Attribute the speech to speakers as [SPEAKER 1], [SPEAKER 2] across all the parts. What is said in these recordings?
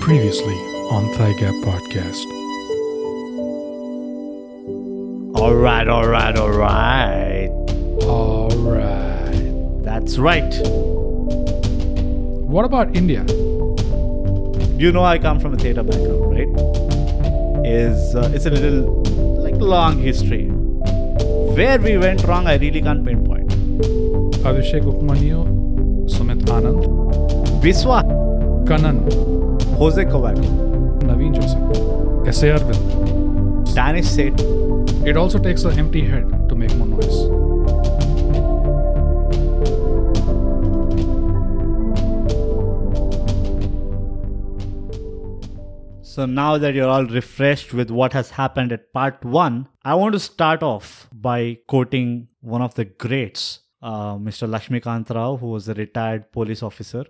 [SPEAKER 1] Previously on Thigh Gap Podcast.
[SPEAKER 2] All right, all right, all right.
[SPEAKER 1] All right.
[SPEAKER 2] That's right.
[SPEAKER 1] What about India?
[SPEAKER 2] You know, I come from a theater background, right? Is uh, it's a little like long history. Where we went wrong, I really can't pinpoint.
[SPEAKER 1] Abhishek Upmanyu, Sumit Anand,
[SPEAKER 2] Biswa,
[SPEAKER 1] Kanan,
[SPEAKER 2] Jose Kovac,
[SPEAKER 1] Naveen Joseph, S.A. Arvind.
[SPEAKER 2] Danish said,
[SPEAKER 1] It also takes an empty head to make more noise.
[SPEAKER 2] So now that you're all refreshed with what has happened at part one, I want to start off by quoting one of the greats, uh, Mr. Lakshmikant Rao, who was a retired police officer.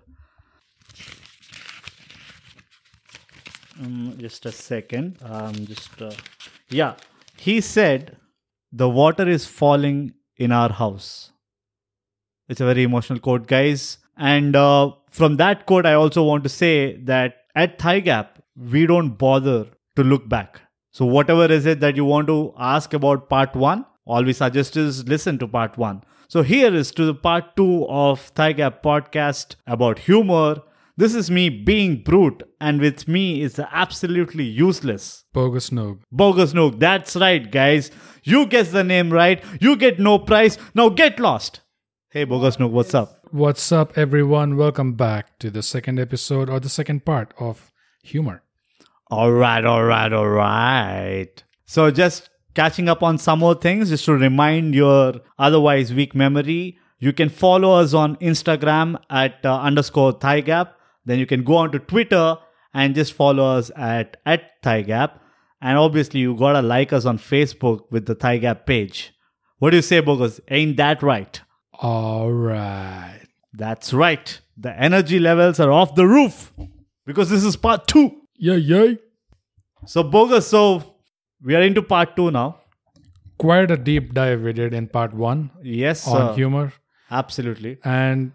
[SPEAKER 2] Um, just a second. Um, just uh, yeah, he said, "The water is falling in our house." It's a very emotional quote, guys. And uh, from that quote, I also want to say that at Thigh Gap, we don't bother to look back. So, whatever is it that you want to ask about part one, all we suggest is listen to part one. So, here is to the part two of Thigh Gap podcast about humor. This is me being brute, and with me is the absolutely useless
[SPEAKER 1] Bogus Nog.
[SPEAKER 2] Bogus Nook. That's right, guys. You guess the name right. You get no prize. Now get lost. Hey, Bogus Nook, what's up?
[SPEAKER 1] What's up, everyone? Welcome back to the second episode or the second part of Humor.
[SPEAKER 2] All right, all right, all right. So, just catching up on some more things, just to remind your otherwise weak memory, you can follow us on Instagram at uh, underscore thigh gap. Then you can go on to Twitter and just follow us at, at thigh gap. And obviously, you gotta like us on Facebook with the thigh gap page. What do you say, Bogus? Ain't that right?
[SPEAKER 1] All right.
[SPEAKER 2] That's right. The energy levels are off the roof because this is part two.
[SPEAKER 1] Yay, yay.
[SPEAKER 2] So, Bogus, so we are into part two now.
[SPEAKER 1] Quite a deep dive we did in part one
[SPEAKER 2] Yes,
[SPEAKER 1] on
[SPEAKER 2] sir.
[SPEAKER 1] humor.
[SPEAKER 2] Absolutely.
[SPEAKER 1] and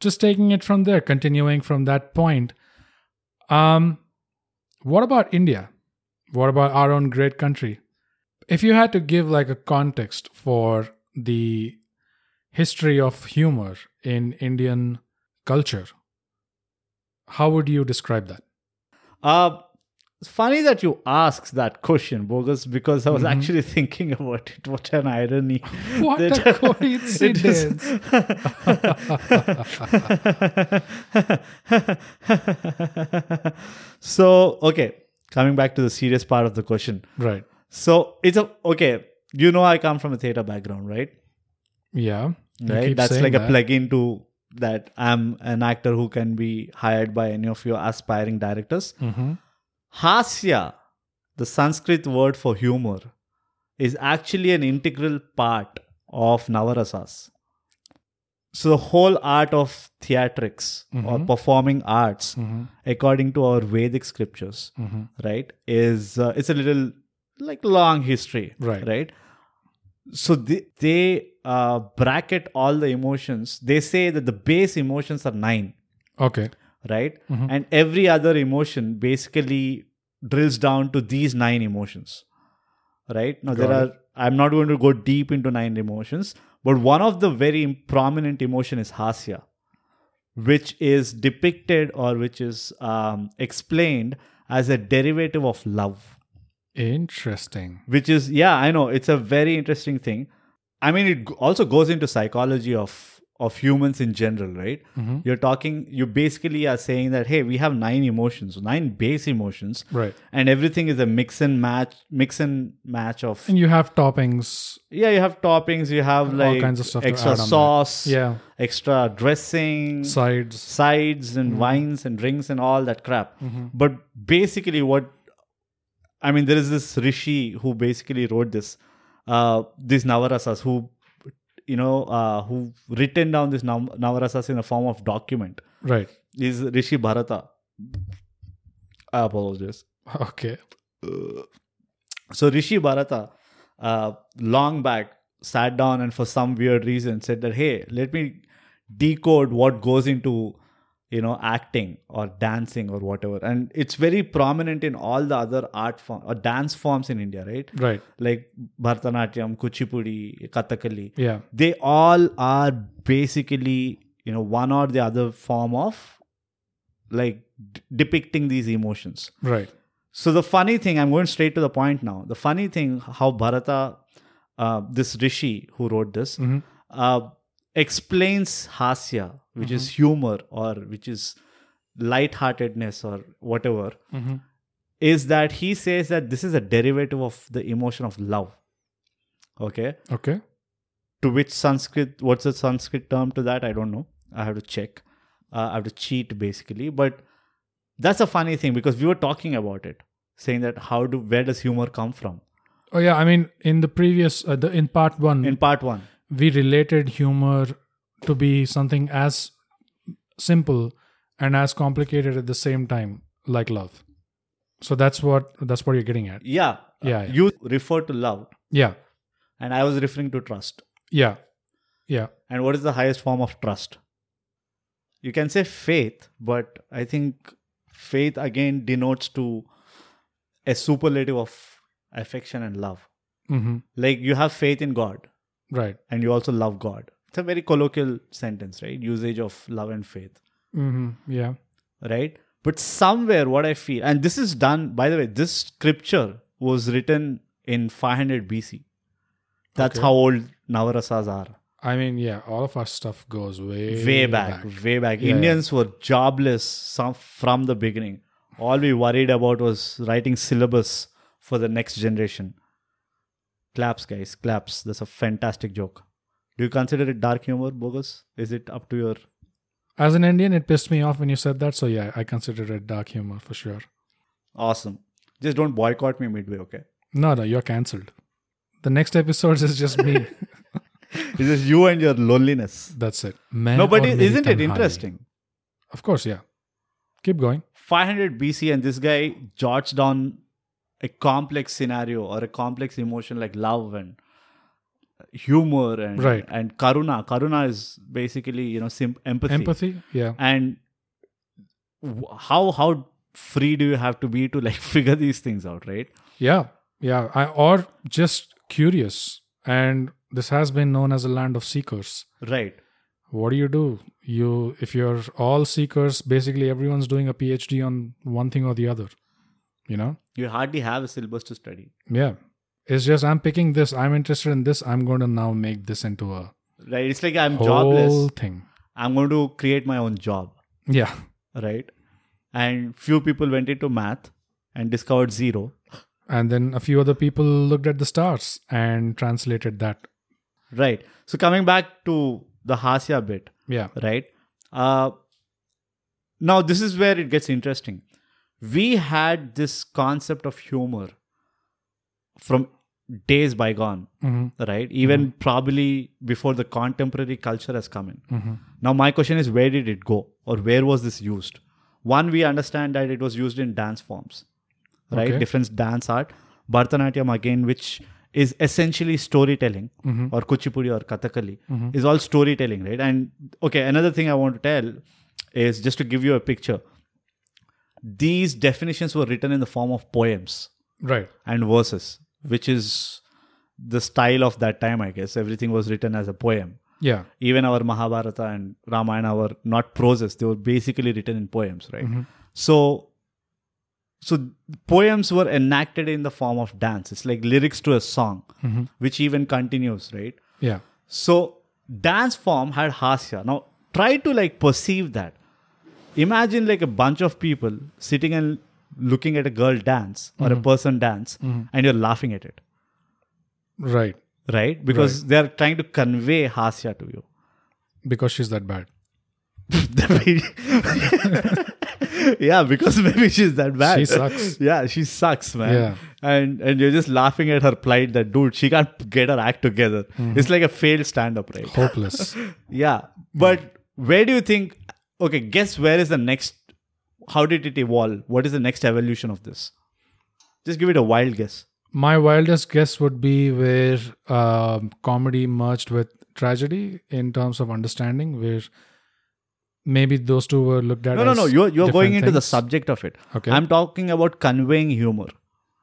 [SPEAKER 1] just taking it from there continuing from that point um what about india what about our own great country if you had to give like a context for the history of humor in indian culture how would you describe that
[SPEAKER 2] Uh, it's funny that you ask that question, Bogus, because I was actually thinking about it. What an irony.
[SPEAKER 1] Mm-hmm. What a
[SPEAKER 2] That-
[SPEAKER 1] coincidence.
[SPEAKER 2] it is- so, okay, coming back to the serious part of the question.
[SPEAKER 1] right
[SPEAKER 2] So, it's a, okay, you know, I come from a theater background, right?
[SPEAKER 1] yeah You
[SPEAKER 2] right
[SPEAKER 1] keep
[SPEAKER 2] that's
[SPEAKER 1] saying
[SPEAKER 2] like a
[SPEAKER 1] that.
[SPEAKER 2] plug-in to that i'm an actor who can be hired by any of your aspiring directors
[SPEAKER 1] Mhm.
[SPEAKER 2] hasya the sanskrit word for humor is actually an integral part of navarasas so the whole art of theatrics or
[SPEAKER 1] Mm-hmm.
[SPEAKER 2] performing arts
[SPEAKER 1] Mhm.
[SPEAKER 2] according to our vedic scriptures
[SPEAKER 1] Mhm.
[SPEAKER 2] right is uh, it's a little like long history
[SPEAKER 1] Right.
[SPEAKER 2] right so they, they uh, bracket all the emotions they say that the base emotions are nine
[SPEAKER 1] okay
[SPEAKER 2] right and every other emotion basically drills down to these nine emotions right now there
[SPEAKER 1] Got
[SPEAKER 2] are i'm not going to go deep into nine emotions but one of the very prominent emotion is hasya which is depicted or which is um, explained as a derivative of love
[SPEAKER 1] interesting
[SPEAKER 2] which is yeah i know it's a very interesting thing i mean it g- also goes into psychology of of humans in general right
[SPEAKER 1] Mm-hmm.
[SPEAKER 2] you're talking you basically are saying that hey we have nine emotions nine base emotions
[SPEAKER 1] right
[SPEAKER 2] and everything is a mix and match mix and match of
[SPEAKER 1] and you have toppings
[SPEAKER 2] yeah you have toppings you have like
[SPEAKER 1] kinds of stuff to
[SPEAKER 2] extra
[SPEAKER 1] add on that.
[SPEAKER 2] sauce
[SPEAKER 1] yeah
[SPEAKER 2] extra dressing
[SPEAKER 1] sides
[SPEAKER 2] sides and wines and drinks and all that crap. But basically, what I mean, there is this rishi who basically wrote this, uh, these navarasas who, you know, uh, who written down these nav- navarasas in a form of document.
[SPEAKER 1] right
[SPEAKER 2] Is Rishi Bharata? I apologize.
[SPEAKER 1] Okay.
[SPEAKER 2] So Rishi Bharata, uh, long back, sat down and for some weird reason said that, hey, let me decode what goes into you know acting or dancing or whatever and it's very prominent in all the other art form or dance forms in india right
[SPEAKER 1] Right.
[SPEAKER 2] like bharatanatyam kuchipudi kathakali
[SPEAKER 1] Yeah.
[SPEAKER 2] they all are basically you know one or the other form of like d- depicting these emotions
[SPEAKER 1] Right.
[SPEAKER 2] so the funny thing i'm going straight to the point now the funny thing how bharata uh, this rishi who wrote this
[SPEAKER 1] Mhm.
[SPEAKER 2] uh, explains hasya which is humor or which is lightheartedness or whatever
[SPEAKER 1] Mhm.
[SPEAKER 2] is that he says that this is a derivative of the emotion of love okay
[SPEAKER 1] Okay.
[SPEAKER 2] to which Sanskrit, what's the Sanskrit term to that? I don't know. I have to check. Uh, I have to cheat basically. But that's a funny thing because we were talking about it, saying that how do where does humor come from?
[SPEAKER 1] Oh yeah. I mean, in the previous, uh, the in part one,
[SPEAKER 2] In part one,
[SPEAKER 1] we related humor to be something as simple and as complicated at the same time, like love. So that's what that's what you're getting at.
[SPEAKER 2] yeah,
[SPEAKER 1] Yeah,
[SPEAKER 2] uh,
[SPEAKER 1] yeah.
[SPEAKER 2] you refer to love,
[SPEAKER 1] Yeah.
[SPEAKER 2] and I was referring to trust.
[SPEAKER 1] Yeah. Yeah.
[SPEAKER 2] And what is the highest form of trust? You can say faith, but I think faith again denotes to a superlative of affection and love.
[SPEAKER 1] hmm
[SPEAKER 2] Like you have faith in God,
[SPEAKER 1] Right.
[SPEAKER 2] and you also love God. It's a very colloquial sentence, right? Usage of love and faith,
[SPEAKER 1] hmm Yeah.
[SPEAKER 2] right? But somewhere, what I feel, and this is done, by the way, this scripture was written in 500 BC. That's
[SPEAKER 1] Okay.
[SPEAKER 2] how old Navarasas are.
[SPEAKER 1] I mean, yeah. All of our stuff goes way
[SPEAKER 2] Way back, way back.
[SPEAKER 1] Yeah,
[SPEAKER 2] Indians were jobless some, from the beginning. All we worried about was writing syllabus for the next generation. Claps, guys, claps. That's a fantastic joke. Do you consider it dark humor, bogus? Is it up to your
[SPEAKER 1] As an Indian, it pissed me off when you said that. So yeah, I consider it dark humor for sure.
[SPEAKER 2] Awesome. Just don't boycott me midway, okay?
[SPEAKER 1] No, no, you're cancelled. The next episode is just me.
[SPEAKER 2] It's just you and your loneliness.
[SPEAKER 1] That's it. Man
[SPEAKER 2] No, but
[SPEAKER 1] or
[SPEAKER 2] i-
[SPEAKER 1] Mary
[SPEAKER 2] isn't it
[SPEAKER 1] Tanhai.
[SPEAKER 2] interesting?
[SPEAKER 1] Of course, yeah. Keep going.
[SPEAKER 2] 500 BC, and this guy jots down a complex scenario or a complex emotion like love and humor and
[SPEAKER 1] Right.
[SPEAKER 2] and karuna. Karuna is basically you know sim- empathy.
[SPEAKER 1] Empathy, yeah.
[SPEAKER 2] And w- how how free do you have to be to like figure these things out, right?
[SPEAKER 1] Yeah, yeah. I, or just curious. And this has been known as a land of seekers.
[SPEAKER 2] Right.
[SPEAKER 1] What do you do? You, if you're all seekers, basically everyone's doing a PhD on one thing or the other. You know?
[SPEAKER 2] You hardly have a syllabus to study.
[SPEAKER 1] Yeah. It's just I'm picking this. I'm interested in this. I'm going to now make this into a
[SPEAKER 2] Right. It's like I'm
[SPEAKER 1] whole
[SPEAKER 2] jobless.
[SPEAKER 1] thing.
[SPEAKER 2] I'm going to create my own job.
[SPEAKER 1] Yeah.
[SPEAKER 2] right? And few people went into math and discovered zero,
[SPEAKER 1] And then a few other people looked at the stars and translated that.
[SPEAKER 2] right? So coming back to the Hasya bit,
[SPEAKER 1] Yeah.
[SPEAKER 2] right? Uh, now this is where it gets interesting. We had this concept of humor from days bygone,
[SPEAKER 1] hmm
[SPEAKER 2] right? Even probably before the contemporary culture has come in.
[SPEAKER 1] hmm
[SPEAKER 2] Now, my question is where did it go or where was this used? One, we understand that it was used in dance forms, right?
[SPEAKER 1] Okay.
[SPEAKER 2] Different dance art. Bharatanatyam, again, which is essentially storytelling,
[SPEAKER 1] Mhm.
[SPEAKER 2] or Kuchipudi or Kathakali, is all storytelling, right? And okay, another thing I want to tell is just to give you a picture. These definitions were written in the form of poems
[SPEAKER 1] Right.
[SPEAKER 2] and verses, which is the style of that time, I guess. Everything was written as a poem
[SPEAKER 1] Yeah.
[SPEAKER 2] even our Mahabharata and Ramayana were not proses; they were basically written in poems, right? So, so poems were enacted in the form of dance. It's like lyrics to a song, which even continues, right?
[SPEAKER 1] Yeah.
[SPEAKER 2] So, dance form had hasya. Now, try to like perceive that. Imagine like a bunch of people sitting and looking at a girl dance or a person dance, and you're laughing at it,
[SPEAKER 1] Right.
[SPEAKER 2] right? Because they're trying to convey hasya to you.
[SPEAKER 1] Because she's that bad.
[SPEAKER 2] yeah, because maybe she's that bad.
[SPEAKER 1] She sucks.
[SPEAKER 2] Yeah, she sucks, man.
[SPEAKER 1] Yeah.
[SPEAKER 2] And and you're just laughing at her plight that dude, she can't get her act together.
[SPEAKER 1] Mm-hmm.
[SPEAKER 2] It's like a failed stand up, right?
[SPEAKER 1] Hopeless.
[SPEAKER 2] Yeah. But where do you think okay, guess where is the next how did it evolve? What is the next evolution of this? Just give it a wild guess.
[SPEAKER 1] My wildest guess would be where uh, um, comedy merged with tragedy in terms of understanding, where maybe those two were looked at.
[SPEAKER 2] No, no,
[SPEAKER 1] as
[SPEAKER 2] no. You're you're
[SPEAKER 1] different
[SPEAKER 2] going into the
[SPEAKER 1] things.
[SPEAKER 2] subject of it.
[SPEAKER 1] Okay.
[SPEAKER 2] I'm talking about conveying humor.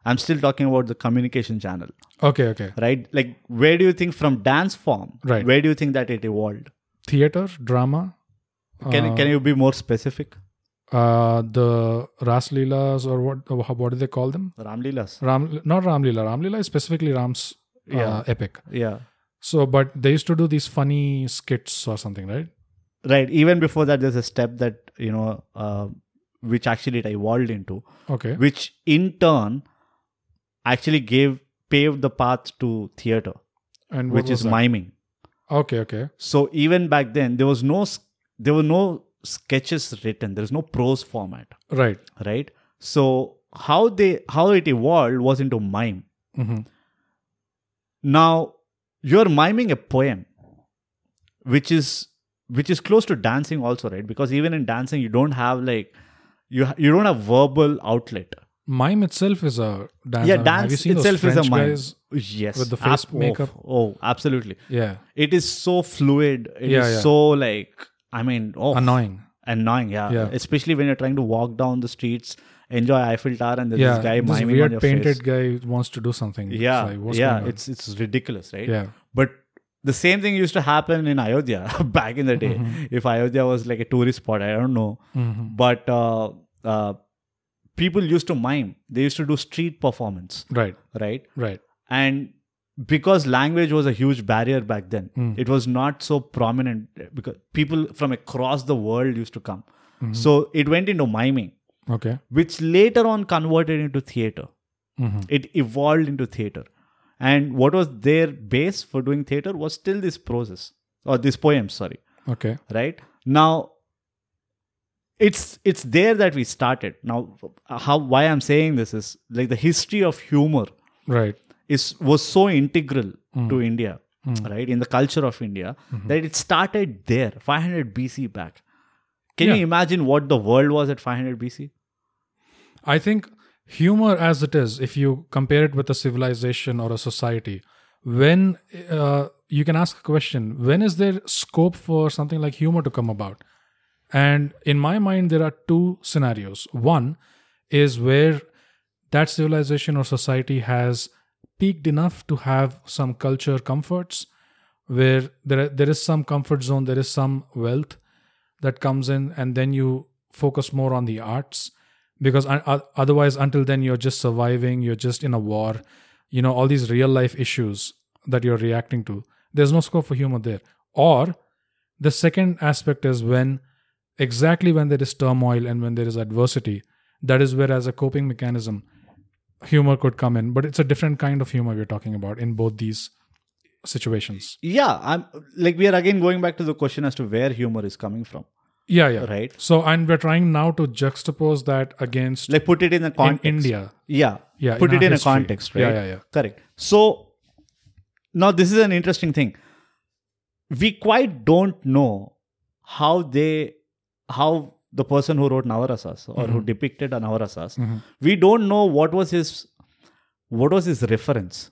[SPEAKER 2] I'm still talking about the communication channel,
[SPEAKER 1] okay, okay.
[SPEAKER 2] right? Like, where do you think from dance form?
[SPEAKER 1] Right.
[SPEAKER 2] Where do you think that it evolved?
[SPEAKER 1] Theater, drama.
[SPEAKER 2] Can
[SPEAKER 1] uh,
[SPEAKER 2] can you be more specific?
[SPEAKER 1] uh, the Rasleelas or what? What do they call them?
[SPEAKER 2] Ramlilas.
[SPEAKER 1] Ram, not Ramlila. Ramlila is specifically Ram's uh,
[SPEAKER 2] Yeah.
[SPEAKER 1] epic.
[SPEAKER 2] Yeah.
[SPEAKER 1] So, but they used to do these funny skits or something, right?
[SPEAKER 2] Right. Even before that, there's a step that you know, uh, which actually it evolved into,
[SPEAKER 1] Okay,
[SPEAKER 2] which in turn actually gave paved the path to theater,
[SPEAKER 1] and what
[SPEAKER 2] which
[SPEAKER 1] was
[SPEAKER 2] is
[SPEAKER 1] that?
[SPEAKER 2] miming.
[SPEAKER 1] Okay, okay,
[SPEAKER 2] So even back then, there was no s- there were no sketches written. There's no prose format,
[SPEAKER 1] right.
[SPEAKER 2] right? So how they how it evolved was into mime.
[SPEAKER 1] hmm
[SPEAKER 2] Now you're miming a poem, which is which is close to dancing also, right? Because even in dancing, you don't have like you ha- you don't have verbal outlet.
[SPEAKER 1] Mime itself is a dance.
[SPEAKER 2] yeah,
[SPEAKER 1] I mean, have you
[SPEAKER 2] dance
[SPEAKER 1] seen those
[SPEAKER 2] itself is a
[SPEAKER 1] French
[SPEAKER 2] mime.
[SPEAKER 1] guys?
[SPEAKER 2] yes,
[SPEAKER 1] with the face
[SPEAKER 2] oh,
[SPEAKER 1] makeup?
[SPEAKER 2] Oh, absolutely.
[SPEAKER 1] Yeah,
[SPEAKER 2] It is so fluid. It is
[SPEAKER 1] Yeah, yeah.
[SPEAKER 2] so like I mean, oh,
[SPEAKER 1] annoying.
[SPEAKER 2] annoying yeah.
[SPEAKER 1] Yeah.
[SPEAKER 2] especially when you're trying to walk down the streets enjoy eiffel tower and there's
[SPEAKER 1] yeah,
[SPEAKER 2] this guy
[SPEAKER 1] this
[SPEAKER 2] miming
[SPEAKER 1] weird
[SPEAKER 2] on your
[SPEAKER 1] painted
[SPEAKER 2] face
[SPEAKER 1] guy wants to do something. It's
[SPEAKER 2] yeah
[SPEAKER 1] like, what's
[SPEAKER 2] yeah
[SPEAKER 1] going on?
[SPEAKER 2] it's it's ridiculous right
[SPEAKER 1] yeah,
[SPEAKER 2] but the same thing used to happen in ayodhya back in the day if ayodhya was like a tourist spot i don't know
[SPEAKER 1] hmm
[SPEAKER 2] but uh, uh, people used to mime they used to do street performance
[SPEAKER 1] right,
[SPEAKER 2] right
[SPEAKER 1] right.
[SPEAKER 2] and because language was a huge barrier back then
[SPEAKER 1] Mm.
[SPEAKER 2] it was not so prominent because people from across the world used to come so it went into miming
[SPEAKER 1] Okay.
[SPEAKER 2] which later on converted into theater
[SPEAKER 1] hmm
[SPEAKER 2] it evolved into theater and what was their base for doing theater was still this process or this poem sorry
[SPEAKER 1] Okay.
[SPEAKER 2] right now it's it's there that we started now how why i'm saying this is like the history of humor
[SPEAKER 1] Right.
[SPEAKER 2] is was so integral to India, right? In the culture of India, that it started there, 500 BC back. Can
[SPEAKER 1] Yeah.
[SPEAKER 2] you imagine what the world was at 500 BC?
[SPEAKER 1] I think humor as it is, if you compare it with a civilization or a society, when uh, you can ask a question, when is there scope for something like humor to come about? And in my mind, there are two scenarios. One is where that civilization or society has peaked enough to have some culture comforts, where there, there is some comfort zone, there is some wealth that comes in, and then you focus more on the arts. Because o- o- otherwise, until then, you're just surviving, you're just in a war, you know, all these real life issues that you're reacting to. There's no scope for humor there. Or the second aspect is when exactly when there is turmoil and when there is adversity, that is where, as a coping mechanism, humor could come in. But it's a different kind of humor we're talking about in both these situations.
[SPEAKER 2] Yeah, I'm like we are again going back to the question as to where humor is coming from,
[SPEAKER 1] Yeah, yeah.
[SPEAKER 2] right?
[SPEAKER 1] So, and we're trying now to juxtapose that against
[SPEAKER 2] Like put it in the
[SPEAKER 1] in
[SPEAKER 2] context.
[SPEAKER 1] India.
[SPEAKER 2] Yeah.
[SPEAKER 1] Yeah,
[SPEAKER 2] Put
[SPEAKER 1] in
[SPEAKER 2] it
[SPEAKER 1] our
[SPEAKER 2] in
[SPEAKER 1] history.
[SPEAKER 2] a context, right?
[SPEAKER 1] Yeah, yeah, yeah.
[SPEAKER 2] Correct. So now this is an interesting thing. We quite don't know how they how the person who wrote Navarasas or
[SPEAKER 1] Mm-hmm.
[SPEAKER 2] who depicted a Navarasas, we don't know what was his what was his reference,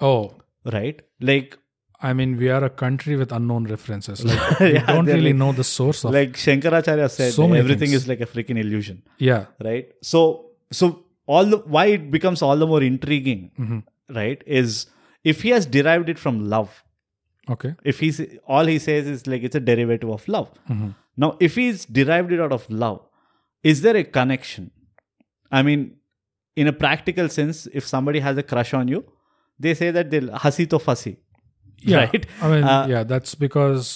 [SPEAKER 1] Oh,
[SPEAKER 2] right? Like
[SPEAKER 1] I mean, we are a country with unknown references. Like, we
[SPEAKER 2] Yeah,
[SPEAKER 1] don't
[SPEAKER 2] they're
[SPEAKER 1] really
[SPEAKER 2] like-
[SPEAKER 1] know the source of.
[SPEAKER 2] like Shankaracharya said,
[SPEAKER 1] So many
[SPEAKER 2] everything
[SPEAKER 1] things.
[SPEAKER 2] is like a freaking illusion.
[SPEAKER 1] yeah,
[SPEAKER 2] right so so all the why it becomes all the more intriguing
[SPEAKER 1] mm-hmm.
[SPEAKER 2] right is if he has derived it from love
[SPEAKER 1] okay.
[SPEAKER 2] if he's all he says is like it's a derivative of love
[SPEAKER 1] mm-hmm.
[SPEAKER 2] now if he's derived it out of love is there a connection i mean in a practical sense if somebody has a crush on you they say that they'll hasi to fasi
[SPEAKER 1] Yeah.
[SPEAKER 2] right
[SPEAKER 1] I mean,
[SPEAKER 2] Uh,
[SPEAKER 1] yeah, that's because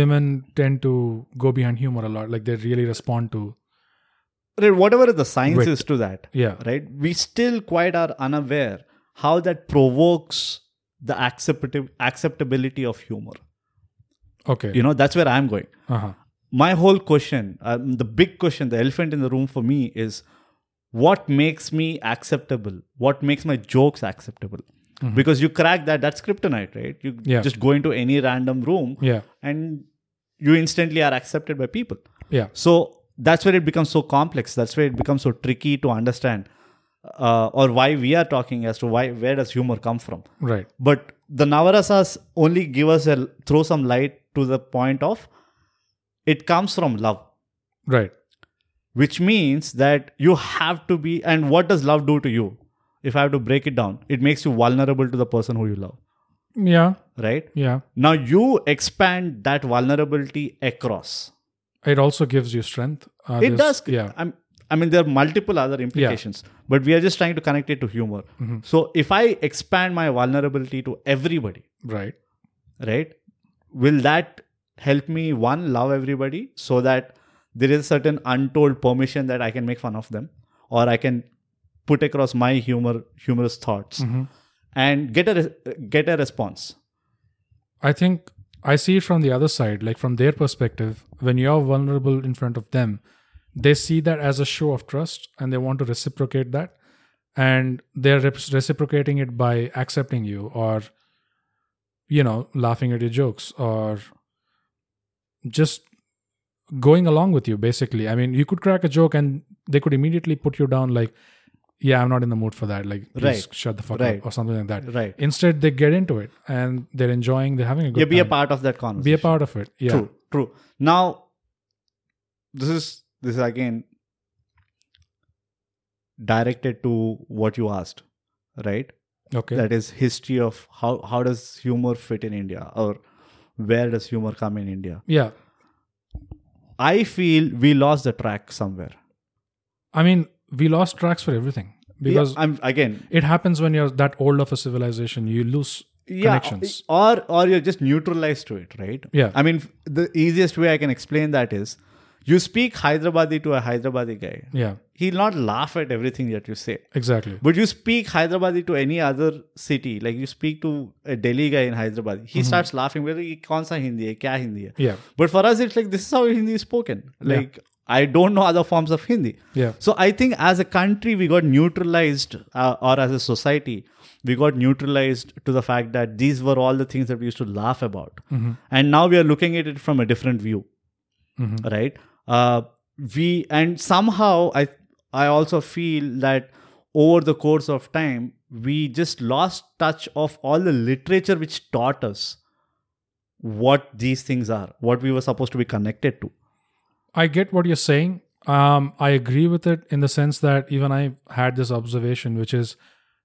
[SPEAKER 1] women tend to go behind humor a lot. Like, they really respond to.
[SPEAKER 2] right, whatever the science
[SPEAKER 1] Wit.
[SPEAKER 2] is to that
[SPEAKER 1] Yeah.
[SPEAKER 2] right we still quite are unaware how that provokes the acceptab- acceptability of humor
[SPEAKER 1] Okay.
[SPEAKER 2] you know that's where i'm going
[SPEAKER 1] Uh huh.
[SPEAKER 2] my whole question um, the big question the elephant in the room for me is what makes me acceptable what makes my jokes acceptable because you crack that that's kryptonite right you
[SPEAKER 1] Mm-hmm. Yeah.
[SPEAKER 2] just go into any random room
[SPEAKER 1] Yeah.
[SPEAKER 2] and you instantly are accepted by people
[SPEAKER 1] Yeah.
[SPEAKER 2] so that's where it becomes so complex. That's where it becomes so tricky to understand, uh, or why we are talking as to why where does humor come from.
[SPEAKER 1] Right.
[SPEAKER 2] But the Navarasas only give us a throw some light to the point of it comes from love
[SPEAKER 1] Right.
[SPEAKER 2] which means that you have to be and what does love do to you if i have to break it down it makes you vulnerable to the person who you love
[SPEAKER 1] Yeah.
[SPEAKER 2] right
[SPEAKER 1] Yeah.
[SPEAKER 2] now you expand that vulnerability across
[SPEAKER 1] It also gives you strength. Uh,
[SPEAKER 2] it
[SPEAKER 1] there's-
[SPEAKER 2] does
[SPEAKER 1] Yeah.
[SPEAKER 2] I'm, i mean there are multiple other implications but we are just trying to connect it to humor so if i expand my vulnerability to everybody
[SPEAKER 1] Right.
[SPEAKER 2] right will that help me one love everybody so that there is certain untold permission that i can make fun of them or i can put across my humor humorous thoughts
[SPEAKER 1] Mhm.
[SPEAKER 2] and get a re- get a response
[SPEAKER 1] I think I see it from the other side, like from their perspective. When you're vulnerable in front of them, they see that as a show of trust and they want to reciprocate that. And they're rep- reciprocating it by accepting you or, you know, laughing at your jokes or just going along with you, basically. I mean, you could crack a joke and they could immediately put you down, like, yeah, I'm not in the mood for that. Like, please
[SPEAKER 2] Right.
[SPEAKER 1] shut the fuck
[SPEAKER 2] Right.
[SPEAKER 1] up or something like that.
[SPEAKER 2] right
[SPEAKER 1] Instead, they get into it and they're enjoying, they're having a good
[SPEAKER 2] yeah be a
[SPEAKER 1] time.
[SPEAKER 2] part of that conversation
[SPEAKER 1] be a part of it. Yeah.
[SPEAKER 2] true true now this is this is again directed to what you asked right
[SPEAKER 1] Okay.
[SPEAKER 2] that is history of how how does humor fit in india or where does humor come in india
[SPEAKER 1] yeah.
[SPEAKER 2] i feel we lost the track somewhere
[SPEAKER 1] I mean, we lost tracks for everything because
[SPEAKER 2] Yeah, i'm again
[SPEAKER 1] it happens when you're that old of a civilization, you lose
[SPEAKER 2] yeah
[SPEAKER 1] connections.
[SPEAKER 2] or or you're just neutralized to it right
[SPEAKER 1] Yeah.
[SPEAKER 2] i mean the easiest way i can explain that is you speak hyderabadi to a hyderabadi guy
[SPEAKER 1] Yeah,
[SPEAKER 2] he'll not laugh at everything that you say
[SPEAKER 1] exactly.
[SPEAKER 2] but you speak Hyderabadi to any other city, like you speak to a Delhi guy in Hyderabad, he starts laughing. Whether he sa Hindi hai, kya Hindi hai?
[SPEAKER 1] Mm-hmm. Yeah.
[SPEAKER 2] But for us, it's like this is how Hindi is spoken. Like I don't know other forms of Hindi.
[SPEAKER 1] Yeah.
[SPEAKER 2] So I think as a country, we got neutralized, uh, or as a society, we got neutralized to the fact that these were all the things that we used to laugh about,
[SPEAKER 1] Mm-hmm.
[SPEAKER 2] and now we are looking at it from a different view,
[SPEAKER 1] Mm-hmm.
[SPEAKER 2] right? Uh, we and somehow I I also feel that over the course of time we just lost touch of all the literature which taught us what these things are, what we were supposed to be connected to.
[SPEAKER 1] I get what you're saying. Um, I agree with it in the sense that even I had this observation, which is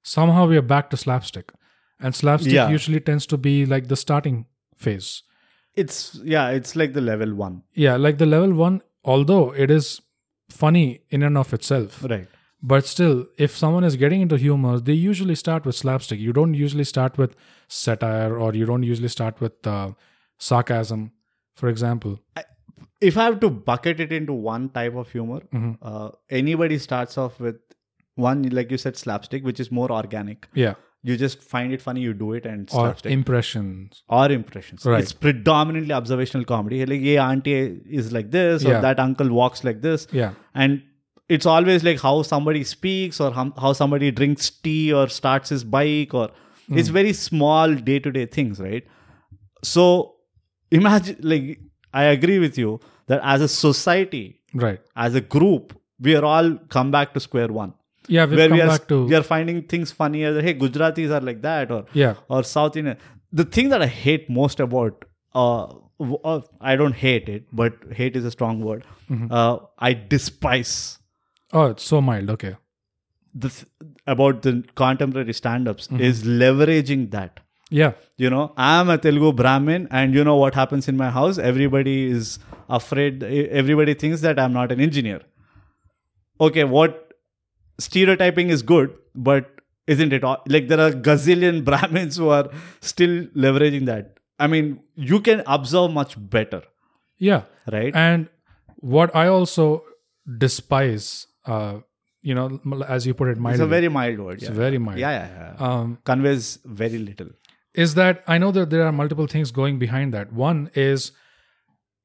[SPEAKER 1] somehow we are back to slapstick. And slapstick
[SPEAKER 2] Yeah.
[SPEAKER 1] usually tends to be like the starting phase.
[SPEAKER 2] It's yeah, it's like the level one,
[SPEAKER 1] Yeah, like the level one, although it is funny in and of itself.
[SPEAKER 2] right?
[SPEAKER 1] But still, if someone is getting into humor, they usually start with slapstick. You don't usually start with satire, or you don't usually start with uh, sarcasm, for example.
[SPEAKER 2] If I have to bucket it into one type of humor, uh, anybody starts off with one, like you said, slapstick, which is more organic.
[SPEAKER 1] Yeah,
[SPEAKER 2] You just find it funny, you do it, and
[SPEAKER 1] or
[SPEAKER 2] slapstick.
[SPEAKER 1] impressions.
[SPEAKER 2] or impressions.
[SPEAKER 1] Right.
[SPEAKER 2] It's predominantly observational comedy. Like, yeah, auntie is like this, or
[SPEAKER 1] Yeah.
[SPEAKER 2] that uncle walks like this.
[SPEAKER 1] Yeah,
[SPEAKER 2] And it's always like how somebody speaks, or hum- how somebody drinks tea, or starts his bike, or
[SPEAKER 1] Hmm.
[SPEAKER 2] it's very small day to day things, right? So imagine, like, I agree with you that as a society,
[SPEAKER 1] right.
[SPEAKER 2] as a group, we are all come back to square one.
[SPEAKER 1] Yeah, we've
[SPEAKER 2] Where
[SPEAKER 1] come
[SPEAKER 2] we are,
[SPEAKER 1] back to
[SPEAKER 2] we are finding things funnier. Hey, Gujaratis are like that, or
[SPEAKER 1] yeah,
[SPEAKER 2] or South Indian. The thing that I hate most about, uh, w- uh, I don't hate it, but hate is a strong word. Uh, I despise
[SPEAKER 1] oh, it's so mild. Okay,
[SPEAKER 2] the th- about the contemporary stand-ups is leveraging that.
[SPEAKER 1] yeah,
[SPEAKER 2] You know, I'm a Telugu Brahmin, and you know what happens in my house. Everybody is afraid. e- Everybody thinks that I'm not an engineer. Okay, what stereotyping is good, but isn't it all like there are gazillion Brahmins who are still leveraging that? I mean, you can observe much better,
[SPEAKER 1] yeah.
[SPEAKER 2] right?
[SPEAKER 1] And what I also despise, uh, you know, as you put it,
[SPEAKER 2] it's a
[SPEAKER 1] mildly,
[SPEAKER 2] very mild word.
[SPEAKER 1] it's
[SPEAKER 2] yeah.
[SPEAKER 1] very mild.
[SPEAKER 2] yeah, yeah, yeah.
[SPEAKER 1] Um,
[SPEAKER 2] Conveys very little.
[SPEAKER 1] is that I know that there are multiple things going behind that. One is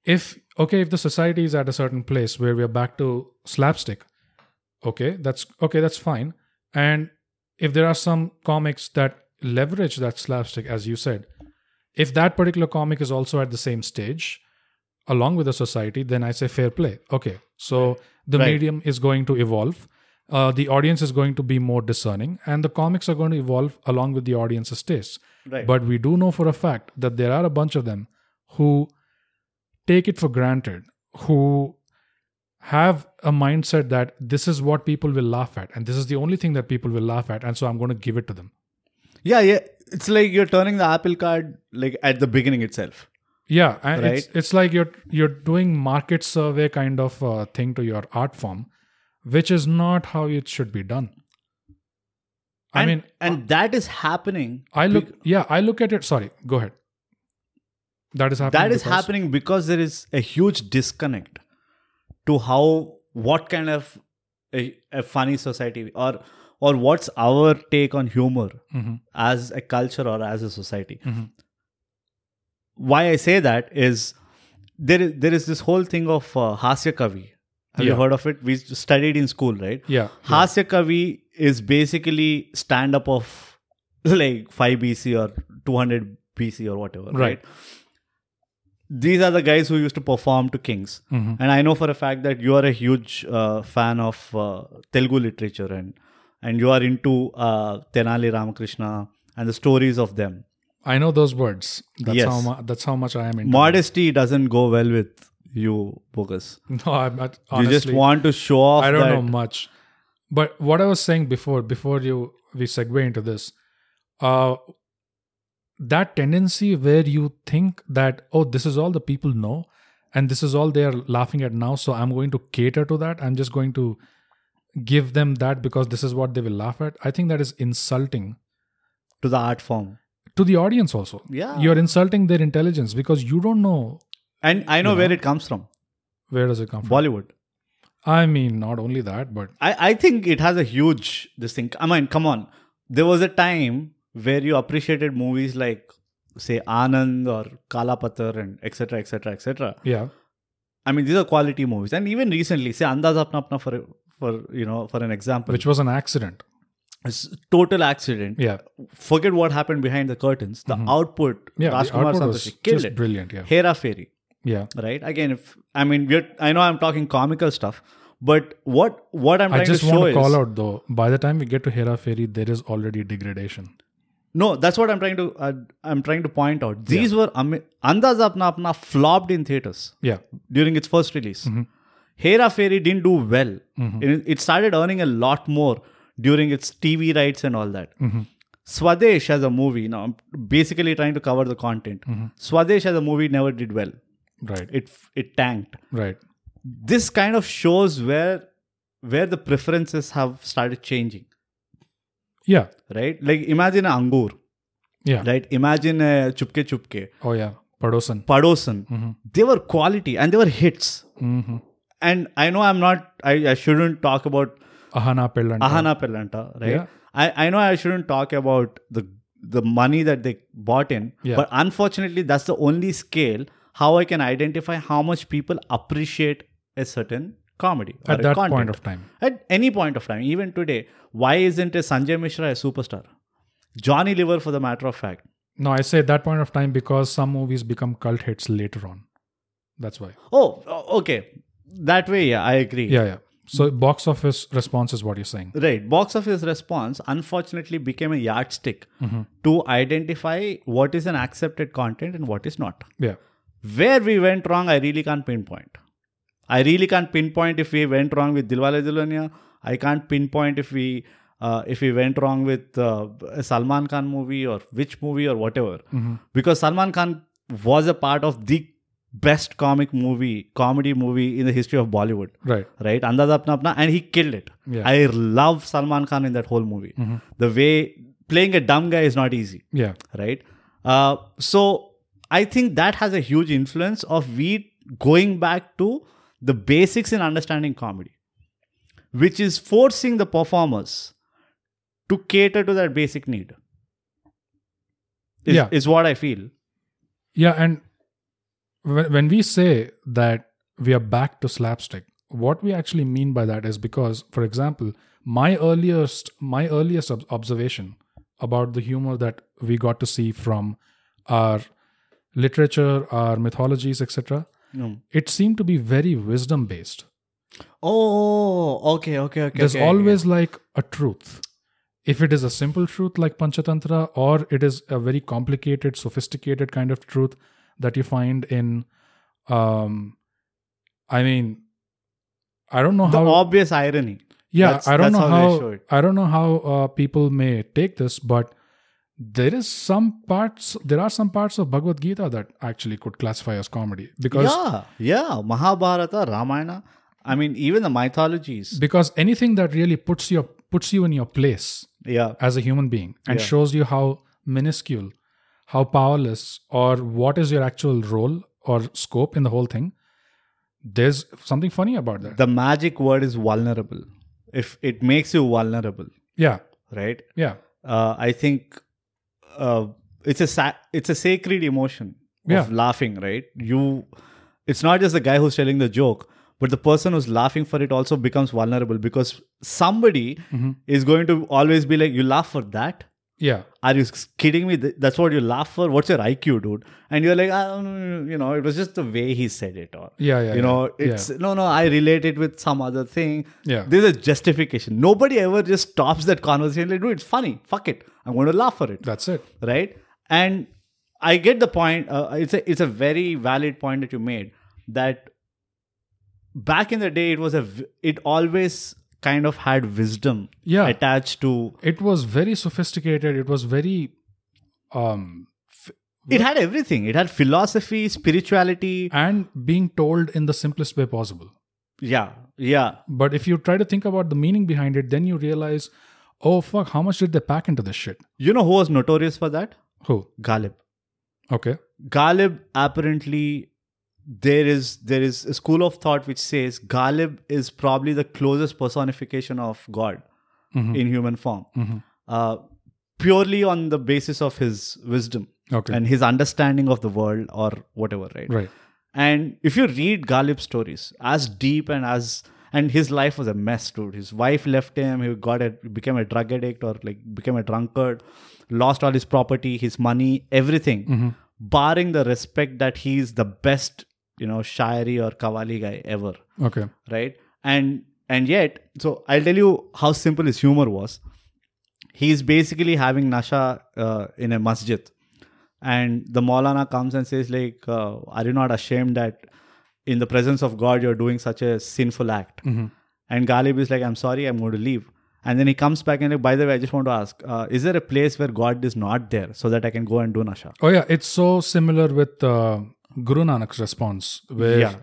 [SPEAKER 1] if okay, if the society is at a certain place where we are back to slapstick, okay, that's okay, that's fine. And if there are some comics that leverage that slapstick, as you said, if that particular comic is also at the same stage along with the society, then I say fair play. Okay, so the
[SPEAKER 2] Right.
[SPEAKER 1] medium is going to evolve. Uh, the audience is going to be more discerning, and the comics are going to evolve along with the audience's tastes.
[SPEAKER 2] Right.
[SPEAKER 1] But we do know for a fact that there are a bunch of them who take it for granted, who have a mindset that this is what people will laugh at, and this is the only thing that people will laugh at, and so I'm going to give it to them.
[SPEAKER 2] Yeah, yeah. It's like you're turning the Apple card like at the beginning itself.
[SPEAKER 1] Yeah, and it's
[SPEAKER 2] Right.
[SPEAKER 1] it's like you're you're doing market survey kind of uh, thing to your art form, which is not how it should be done. I
[SPEAKER 2] And-
[SPEAKER 1] mean, uh,
[SPEAKER 2] and that is happening.
[SPEAKER 1] I
[SPEAKER 2] be-
[SPEAKER 1] look yeah, I look at it. Sorry, go ahead. That is happening.
[SPEAKER 2] that is
[SPEAKER 1] because-
[SPEAKER 2] happening because there is a huge disconnect to how what kind of a, a funny society or or what's our take on humor
[SPEAKER 1] Mhm,
[SPEAKER 2] as a culture or as a society.
[SPEAKER 1] mhm.
[SPEAKER 2] Why I say that is there is there is this whole thing of uh, Hasya Kavi. Have you
[SPEAKER 1] Yeah.
[SPEAKER 2] heard of it? We studied in school, right?
[SPEAKER 1] Yeah, yeah,
[SPEAKER 2] Hasya Kavi is basically stand up of like 5 BC or 200 BC or whatever. Right.
[SPEAKER 1] Right.
[SPEAKER 2] These are the guys who used to perform to kings.
[SPEAKER 1] mhm.
[SPEAKER 2] And I know for a fact that you are a huge uh, fan of uh, Telugu literature and and you are into uh, Tenali Ramakrishna and the stories of them.
[SPEAKER 1] I know those words. That's
[SPEAKER 2] Yes.
[SPEAKER 1] how mu- that's how much I am into.
[SPEAKER 2] Modesty doesn't go well with you, Bogus.
[SPEAKER 1] it. No, I'm not,
[SPEAKER 2] You
[SPEAKER 1] honestly.
[SPEAKER 2] just want to show off.
[SPEAKER 1] I don't
[SPEAKER 2] that,
[SPEAKER 1] know much. But what I was saying before, before you we segue into this, uh, that tendency where you think that oh, this is all the people know, and this is all they are laughing at now, so I'm going to cater to that. I'm just going to give them that because this is what they will laugh at. I think that is insulting
[SPEAKER 2] to the art form.
[SPEAKER 1] to the audience also.
[SPEAKER 2] Yeah.
[SPEAKER 1] You're insulting their intelligence because you don't know
[SPEAKER 2] and I know
[SPEAKER 1] You
[SPEAKER 2] where
[SPEAKER 1] know?
[SPEAKER 2] it comes from.
[SPEAKER 1] where does it come from.
[SPEAKER 2] Bollywood.
[SPEAKER 1] I mean, not only that, but
[SPEAKER 2] I, I think it has a huge this thing. I mean, come on. There was a time where you appreciated movies like say Anand or Kalapatar and etc. etc. etc.
[SPEAKER 1] yeah,
[SPEAKER 2] I mean, these are quality movies, and even recently, say Andaz Apna Apna for for you know for an example,
[SPEAKER 1] which was an accident.
[SPEAKER 2] is total accident.
[SPEAKER 1] Yeah, Mm-hmm.
[SPEAKER 2] Forget what happened behind the curtains. The output,
[SPEAKER 1] yeah.
[SPEAKER 2] Rajkumar
[SPEAKER 1] the output was
[SPEAKER 2] Santoshi killed
[SPEAKER 1] just
[SPEAKER 2] it.
[SPEAKER 1] brilliant. Yeah,
[SPEAKER 2] Hera Fairy.
[SPEAKER 1] yeah.
[SPEAKER 2] right again if i mean we're i know i'm talking comical stuff but what what i'm
[SPEAKER 1] I
[SPEAKER 2] trying
[SPEAKER 1] just
[SPEAKER 2] to show
[SPEAKER 1] want to call
[SPEAKER 2] is
[SPEAKER 1] out though. By the time we get to Hera Fairy, there is already degradation.
[SPEAKER 2] no that's what i'm trying to uh, i'm trying to point out these were am- andaz apna apna flopped in theaters
[SPEAKER 1] Yeah,
[SPEAKER 2] during its first release hera fairy didn't do well it, it started earning a lot more during its tv rights and all that
[SPEAKER 1] Mm-hmm.
[SPEAKER 2] swadesh as a movie now i'm basically trying to cover the content swadesh as a movie never did well
[SPEAKER 1] right,
[SPEAKER 2] it it tanked
[SPEAKER 1] right.
[SPEAKER 2] this kind of shows where where the preferences have started changing
[SPEAKER 1] Yeah,
[SPEAKER 2] right like imagine a angur
[SPEAKER 1] yeah.
[SPEAKER 2] right imagine a chupke chupke
[SPEAKER 1] Oh yeah, Padosan.
[SPEAKER 2] padosan they were quality and they were hits
[SPEAKER 1] Mm-hmm.
[SPEAKER 2] and i know i'm not i, I shouldn't talk about
[SPEAKER 1] Ahana Pellan.
[SPEAKER 2] ahana pelanta right
[SPEAKER 1] Yeah.
[SPEAKER 2] I, I know i shouldn't talk about the the money that they bought in
[SPEAKER 1] Yeah.
[SPEAKER 2] but unfortunately that's the only scale how i can identify how much people appreciate a certain comedy or
[SPEAKER 1] At
[SPEAKER 2] a
[SPEAKER 1] that
[SPEAKER 2] content.
[SPEAKER 1] point of time,
[SPEAKER 2] At any point of time, even today, why isn't a Sanjay Mishra a superstar? Johnny Liver, for the matter of fact.
[SPEAKER 1] no, I say at that point of time because some movies become cult hits later on. That's why.
[SPEAKER 2] Oh, o- okay. That way, yeah, I agree.
[SPEAKER 1] Yeah, yeah. So box office response is what you're saying.
[SPEAKER 2] Right. Box office response unfortunately became a yardstick to identify what is an accepted content and what is not.
[SPEAKER 1] Yeah,
[SPEAKER 2] Where we went wrong, I really can't pinpoint. I really can't pinpoint if we went wrong with Dilwale Dulhania. I can't pinpoint if we uh, if we went wrong with uh, a Salman Khan movie or which movie or whatever,
[SPEAKER 1] Mm-hmm.
[SPEAKER 2] because Salman Khan was a part of the best comic movie comedy movie in the history of Bollywood.
[SPEAKER 1] right.
[SPEAKER 2] Right, Andaz Apna Apna, and he killed it.
[SPEAKER 1] Yeah. Mm-hmm.
[SPEAKER 2] I love Salman Khan in that whole movie. The way playing a dumb guy is not easy
[SPEAKER 1] Yeah,
[SPEAKER 2] right uh, so i think that has a huge influence of we going back to the basics in understanding comedy which is forcing the performers to cater to that basic need is,
[SPEAKER 1] Yeah.
[SPEAKER 2] is what i feel
[SPEAKER 1] Yeah, and when when we say that we are back to slapstick, what we actually mean by that is because, for example, my earliest my earliest ob- observation about the humor that we got to see from our literature, our mythologies, etc.
[SPEAKER 2] Mm.
[SPEAKER 1] It seemed to be very wisdom based.
[SPEAKER 2] oh okay okay okay
[SPEAKER 1] There's
[SPEAKER 2] okay.
[SPEAKER 1] always like a truth. If it is a simple truth like Panchatantra, or it is a very complicated, sophisticated kind of truth that you find in Um, I mean, I don't know
[SPEAKER 2] The
[SPEAKER 1] how.
[SPEAKER 2] obvious irony.
[SPEAKER 1] yeah,
[SPEAKER 2] that's-
[SPEAKER 1] I don't
[SPEAKER 2] that's
[SPEAKER 1] know
[SPEAKER 2] how they
[SPEAKER 1] how.
[SPEAKER 2] show it.
[SPEAKER 1] I don't know how uh, people may take this, but there is some parts. There are some parts of Bhagavad Gita that actually could classify as comedy because
[SPEAKER 2] Yeah, yeah. Mahabharata, Ramayana. I mean, even the mythologies.
[SPEAKER 1] because anything that really puts your puts you in your place
[SPEAKER 2] Yeah,
[SPEAKER 1] as a human being and
[SPEAKER 2] Yeah.
[SPEAKER 1] shows you how minuscule, how powerless, or what is your actual role or scope in the whole thing, there's something funny about that.
[SPEAKER 2] the magic word is vulnerable. If it makes you vulnerable,
[SPEAKER 1] yeah,
[SPEAKER 2] right?
[SPEAKER 1] yeah,
[SPEAKER 2] Uh, I think uh, it's a sa- it's a sacred emotion of
[SPEAKER 1] Yeah.
[SPEAKER 2] laughing, right? You, it's not just the guy who's telling the joke, but the person who's laughing for it also becomes vulnerable because somebody is going to always be like, "You laugh for that."
[SPEAKER 1] yeah,
[SPEAKER 2] are you s- kidding me? Th- That's what you laugh for. What's your IQ, dude? And you're like, "Ah, no, no, no," you know, it was just the way he said it, or
[SPEAKER 1] yeah, yeah.
[SPEAKER 2] you know,
[SPEAKER 1] yeah.
[SPEAKER 2] it's no, no. I relate it with some other thing.
[SPEAKER 1] Yeah.
[SPEAKER 2] there's a justification. Nobody ever just stops that conversation. Like, dude, it's funny. Fuck it. I'm going to laugh for it,
[SPEAKER 1] that's it.
[SPEAKER 2] right? And I get the point. Uh, it's a it's a very valid point that you made. That back in the day, it was a v- it always kind of had wisdom
[SPEAKER 1] Yeah.
[SPEAKER 2] attached to
[SPEAKER 1] It was very sophisticated. It was very, um, f-
[SPEAKER 2] it had everything it had philosophy spirituality
[SPEAKER 1] and being told in the simplest way possible.
[SPEAKER 2] yeah yeah
[SPEAKER 1] But if you try to think about the meaning behind it, then you realize, oh fuck, how much did they pack into this shit?
[SPEAKER 2] you know who was notorious for that
[SPEAKER 1] Who?
[SPEAKER 2] ghalib
[SPEAKER 1] Okay.
[SPEAKER 2] ghalib apparently there is there is a school of thought which says ghalib is probably the closest personification of god
[SPEAKER 1] Mhm.
[SPEAKER 2] in human form
[SPEAKER 1] Mhm.
[SPEAKER 2] uh, purely on the basis of his wisdom
[SPEAKER 1] Okay.
[SPEAKER 2] and his understanding of the world or whatever right
[SPEAKER 1] right.
[SPEAKER 2] And if you read Ghalib's stories, as deep and as and his life was a mess, dude. His wife left him. He got a became a drug addict or like became a drunkard, lost all his property, his money, everything, barring the respect that he's the best, you know, Shairi or Kavali guy ever,
[SPEAKER 1] Okay.
[SPEAKER 2] right? And and yet, so I'll tell you how simple his humor was. He's basically having nasha uh, in a masjid and the maulana comes and says like uh, are you not ashamed that in the presence of god you're doing such a sinful act
[SPEAKER 1] Mm-hmm.
[SPEAKER 2] and ghalib is like i'm sorry i'm going to leave and then he comes back and like by the way i just want to ask uh, is there a place where god is not there so that i can go and do nasha
[SPEAKER 1] Oh yeah, it's so similar with uh, Guru Nanak's response, where
[SPEAKER 2] Yeah.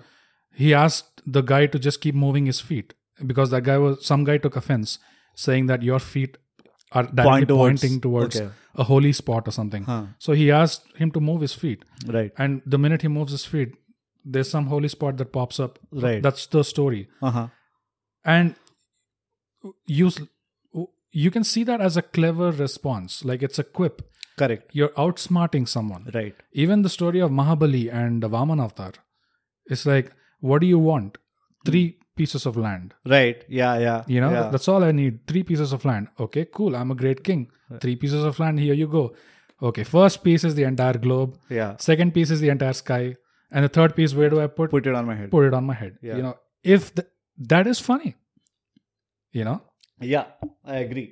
[SPEAKER 1] he asked the guy to just keep moving his feet because that guy was some guy took offense saying that your feet are directly
[SPEAKER 2] Point towards-
[SPEAKER 1] pointing towards
[SPEAKER 2] okay.
[SPEAKER 1] a holy spot or something. So he asked him to move his feet,
[SPEAKER 2] right
[SPEAKER 1] and the minute he moves his feet, there's some holy spot that pops up.
[SPEAKER 2] Right.
[SPEAKER 1] That's the story,
[SPEAKER 2] uh-huh
[SPEAKER 1] and you you can see that as a clever response, like it's a quip.
[SPEAKER 2] correct
[SPEAKER 1] You're outsmarting someone
[SPEAKER 2] right
[SPEAKER 1] even the story of Mahabali and the Vaman avatar, it's like, what do you want? Three pieces of land.
[SPEAKER 2] right yeah yeah
[SPEAKER 1] You know,
[SPEAKER 2] yeah.
[SPEAKER 1] that's all I need. Three pieces of land. Okay, cool. I'm a great king. Three pieces of land. Here you go. Okay, first piece is the entire globe.
[SPEAKER 2] yeah
[SPEAKER 1] Second piece is the entire sky. And the third piece, where do I put? Put,
[SPEAKER 2] put it on my head
[SPEAKER 1] it on my head.
[SPEAKER 2] Yeah.
[SPEAKER 1] You know, if th- that is funny, you know,
[SPEAKER 2] yeah i agree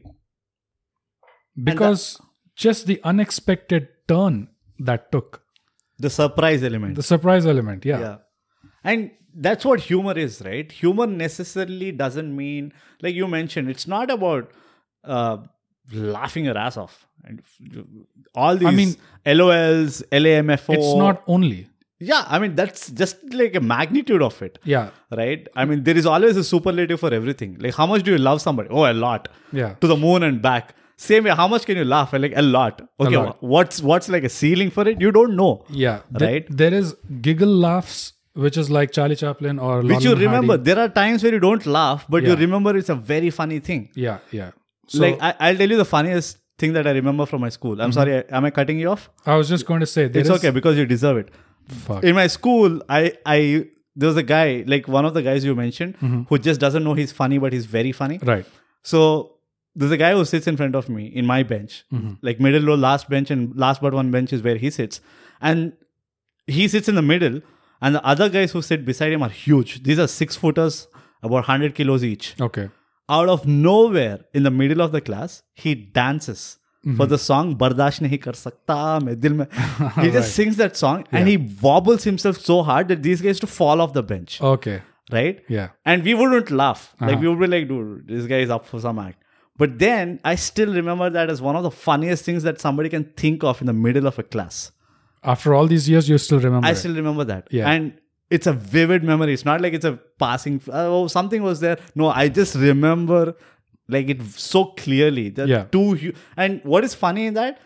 [SPEAKER 1] because just the unexpected turn that took,
[SPEAKER 2] the surprise element
[SPEAKER 1] the surprise element. Yeah.
[SPEAKER 2] yeah and that's what humor is right humor necessarily doesn't mean like you mentioned it's not about uh, laughing your ass off and f- all these
[SPEAKER 1] mean-
[SPEAKER 2] lols lamfo
[SPEAKER 1] It's not only.
[SPEAKER 2] yeah i mean that's just like a magnitude of it
[SPEAKER 1] Yeah.
[SPEAKER 2] right i mean there is always a superlative for everything like how much do you love somebody oh a lot
[SPEAKER 1] Yeah.
[SPEAKER 2] to the moon and back same way how much can you laugh like a lot okay
[SPEAKER 1] lot.
[SPEAKER 2] what's what's like a ceiling for it you don't know
[SPEAKER 1] Yeah, the-
[SPEAKER 2] Right?
[SPEAKER 1] There is giggle laughs, which is like Charlie Chaplin or
[SPEAKER 2] which
[SPEAKER 1] Laurel
[SPEAKER 2] you
[SPEAKER 1] and
[SPEAKER 2] remember
[SPEAKER 1] Hardy.
[SPEAKER 2] there are times where you don't laugh but you
[SPEAKER 1] Yeah.
[SPEAKER 2] remember it's a very funny thing
[SPEAKER 1] Yeah, yeah. So
[SPEAKER 2] like I, i'll tell you the funniest thing that i remember from my school i'm sorry I, am i cutting you off
[SPEAKER 1] I was just going to say, there
[SPEAKER 2] it's
[SPEAKER 1] is-
[SPEAKER 2] okay because you deserve it
[SPEAKER 1] Fuck.
[SPEAKER 2] in my school i i there was a guy like one of the guys you mentioned
[SPEAKER 1] Mm-hmm.
[SPEAKER 2] who just doesn't know he's funny but he's very funny
[SPEAKER 1] Right.
[SPEAKER 2] so there's a guy who sits in front of me in my bench,
[SPEAKER 1] Mm-hmm.
[SPEAKER 2] like middle low last bench, and last but one bench is where he sits. And he sits in the middle, and the other guys who sit beside him are huge. These are six footers, about 100 kilos each.
[SPEAKER 1] Okay.
[SPEAKER 2] Out of nowhere, in the middle of the class, he dances
[SPEAKER 1] Mm-hmm.
[SPEAKER 2] for the song bardash nahi kar sakta main dil mein he just
[SPEAKER 1] Right.
[SPEAKER 2] sings that song and he
[SPEAKER 1] Yeah.
[SPEAKER 2] wobbles himself so hard that these guys to fall off the bench
[SPEAKER 1] Okay.
[SPEAKER 2] right
[SPEAKER 1] Yeah.
[SPEAKER 2] and we wouldn't laugh like
[SPEAKER 1] Uh-huh.
[SPEAKER 2] we would be like dude this guy is up for some act but then i still remember that as one of the funniest things that somebody can think of in the middle of a class
[SPEAKER 1] After all these years, you still remember.
[SPEAKER 2] i
[SPEAKER 1] it.
[SPEAKER 2] still remember that
[SPEAKER 1] Yeah.
[SPEAKER 2] and it's a vivid memory it's not like it's a passing oh something was there no i just remember like it so clearly the
[SPEAKER 1] Yeah.
[SPEAKER 2] two hu- and what is funny in that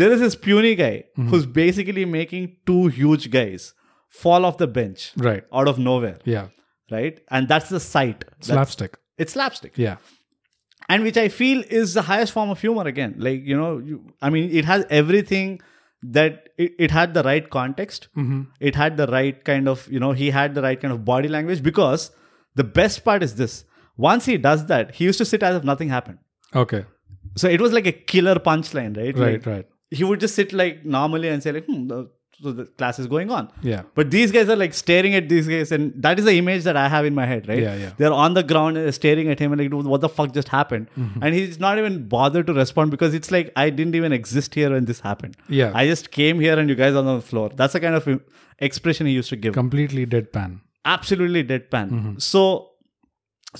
[SPEAKER 2] there is this puny guy
[SPEAKER 1] Mm-hmm.
[SPEAKER 2] who's basically making two huge guys fall off the bench
[SPEAKER 1] Right.
[SPEAKER 2] out of nowhere
[SPEAKER 1] Yeah.
[SPEAKER 2] right and that's the sight That-
[SPEAKER 1] Slapstick.
[SPEAKER 2] it's slapstick
[SPEAKER 1] Yeah.
[SPEAKER 2] and which I feel is the highest form of humor again. Like you know, you, I mean, it has everything that it, it had the right context. It had the right kind of you know he had the right kind of body language because the best part is this. Once he does that, he used to sit as if nothing happened.
[SPEAKER 1] Okay.
[SPEAKER 2] So it was like a killer punchline, right?
[SPEAKER 1] Right.
[SPEAKER 2] Like,
[SPEAKER 1] Right.
[SPEAKER 2] He would just sit like normally and say like, hmm, the, so the class is going on.
[SPEAKER 1] Yeah.
[SPEAKER 2] But these guys are like staring at these guys, and that is the image that I have in my head, right?
[SPEAKER 1] Yeah, yeah.
[SPEAKER 2] They're on the ground and they're staring at him and like, dude, what the fuck just happened?
[SPEAKER 1] Mm-hmm.
[SPEAKER 2] And he's not even bothered to respond because it's like I didn't even exist here when this happened.
[SPEAKER 1] Yeah.
[SPEAKER 2] I just came here and you guys are on the floor. That's the kind of im- expression he used to give.
[SPEAKER 1] Completely deadpan.
[SPEAKER 2] Absolutely deadpan.
[SPEAKER 1] Mm-hmm.
[SPEAKER 2] So,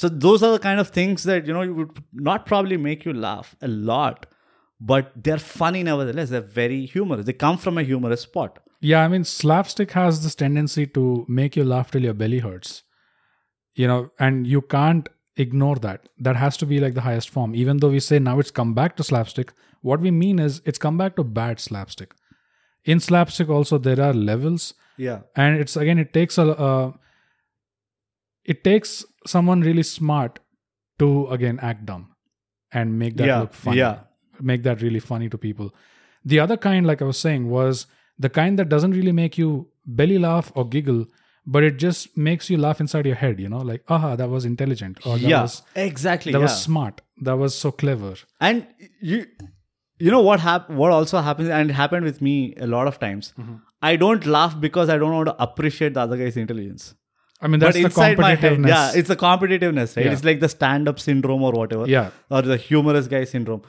[SPEAKER 2] so those are the kind of things that you know you would not probably make you laugh a lot, but they're funny nevertheless. They're very humorous. They come from a humorous spot.
[SPEAKER 1] Yeah, I mean, slapstick has this tendency to make you laugh till your belly hurts. You know, and you can't ignore that. That has to be like the highest form. Even though we say now it's come back to slapstick, what we mean is it's come back to bad slapstick. In slapstick, also, there are levels,
[SPEAKER 2] Yeah.
[SPEAKER 1] and it's again, it takes a. Uh, it takes someone really smart to again act dumb and make that
[SPEAKER 2] Yeah,
[SPEAKER 1] look funny
[SPEAKER 2] yeah.
[SPEAKER 1] make that really funny to people the other kind like i was saying was the kind that doesn't really make you belly laugh or giggle but it just makes you laugh inside your head you know like aha that was intelligent or that
[SPEAKER 2] yeah,
[SPEAKER 1] was
[SPEAKER 2] exactly.
[SPEAKER 1] that
[SPEAKER 2] yeah.
[SPEAKER 1] was smart that was so clever
[SPEAKER 2] and you, you know what hap- What also happens, and it happened with me a lot of times.
[SPEAKER 1] Mm-hmm.
[SPEAKER 2] I don't laugh because I don't want to appreciate the other guy's intelligence.
[SPEAKER 1] i mean that's
[SPEAKER 2] but
[SPEAKER 1] the
[SPEAKER 2] inside my head,
[SPEAKER 1] competitiveness
[SPEAKER 2] yeah, it's the competitiveness, right?
[SPEAKER 1] Yeah.
[SPEAKER 2] It's like the stand-up syndrome or whatever,
[SPEAKER 1] Yeah.
[SPEAKER 2] or the humorous guy syndrome.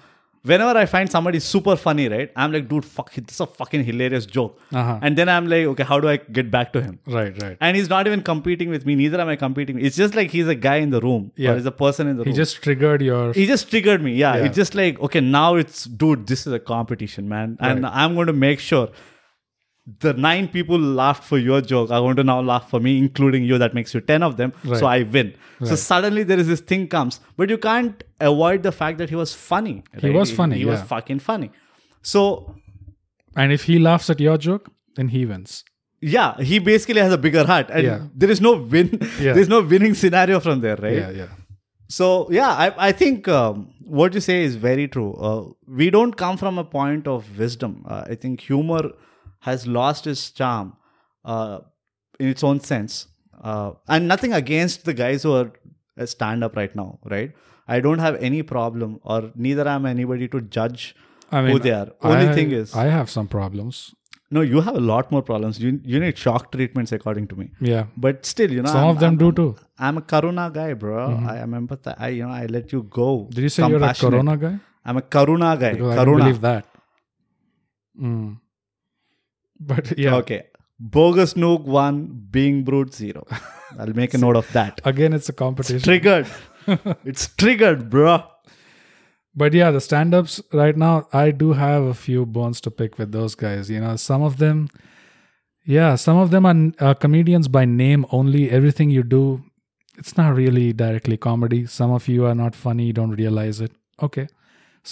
[SPEAKER 2] Whenever I find somebody super funny, right, I'm like, dude, fuck, this is a fucking hilarious joke.
[SPEAKER 1] Uh-huh.
[SPEAKER 2] And then I'm like, okay, how do I get back to him?
[SPEAKER 1] right right
[SPEAKER 2] And he's not even competing with me. Neither am I competing. It's just like he's a guy in the room,
[SPEAKER 1] Yeah.
[SPEAKER 2] or he's a person in the
[SPEAKER 1] he
[SPEAKER 2] room.
[SPEAKER 1] just triggered your
[SPEAKER 2] He just triggered me. Yeah,
[SPEAKER 1] Yeah.
[SPEAKER 2] It's just like, okay, now it's, dude, this is a competition, man. And I'm going to make sure the nine people laughed for your joke are going to now laugh for me, including you. That makes you 10 of them. So
[SPEAKER 1] Right.
[SPEAKER 2] I win. So suddenly there is this thing comes, but you can't avoid the fact that he was funny. right?
[SPEAKER 1] was funny,
[SPEAKER 2] He was
[SPEAKER 1] yeah.
[SPEAKER 2] fucking funny. So,
[SPEAKER 1] and if he laughs at your joke then he wins
[SPEAKER 2] yeah, he basically has a bigger heart. And
[SPEAKER 1] Yeah.
[SPEAKER 2] there is no win.
[SPEAKER 1] Yeah.
[SPEAKER 2] There's no winning scenario from there, right?
[SPEAKER 1] yeah yeah
[SPEAKER 2] So yeah, I, I think um, what you say is very true. Uh, we don't come from a point of wisdom. Uh, I think humor has lost its charm uh, in its own sense, uh, and nothing against the guys who are uh, stand up right now, right? I don't have any problem, or neither am anybody to judge
[SPEAKER 1] i mean
[SPEAKER 2] who Oh, they are. Only
[SPEAKER 1] I-
[SPEAKER 2] thing is,
[SPEAKER 1] i have some problems
[SPEAKER 2] no, you have a lot more problems. You you need shock treatments, according to me.
[SPEAKER 1] yeah
[SPEAKER 2] But still, you know,
[SPEAKER 1] some
[SPEAKER 2] I'm-
[SPEAKER 1] of them
[SPEAKER 2] I'm-
[SPEAKER 1] do too
[SPEAKER 2] I'm a Karuna guy, bro. I am empath. I you know I let you go.
[SPEAKER 1] Mm-hmm. did you say you're a
[SPEAKER 2] Compassionate.
[SPEAKER 1] corona guy
[SPEAKER 2] I'm a Karuna guy.
[SPEAKER 1] Because I don't
[SPEAKER 2] Karuna.
[SPEAKER 1] believe that. Mm. But yeah,
[SPEAKER 2] Okay. Bogus Nook one, being brute zero. I'll make a note of that.
[SPEAKER 1] again, it's a competition.
[SPEAKER 2] Triggered. it's triggered, bro.
[SPEAKER 1] But yeah, the stand ups right now, I do have a few bones to pick with those guys. You know, some of them, yeah, some of them are uh, comedians by name only. Everything you do, it's not really directly comedy. Some of you are not funny, you don't realize it. Okay.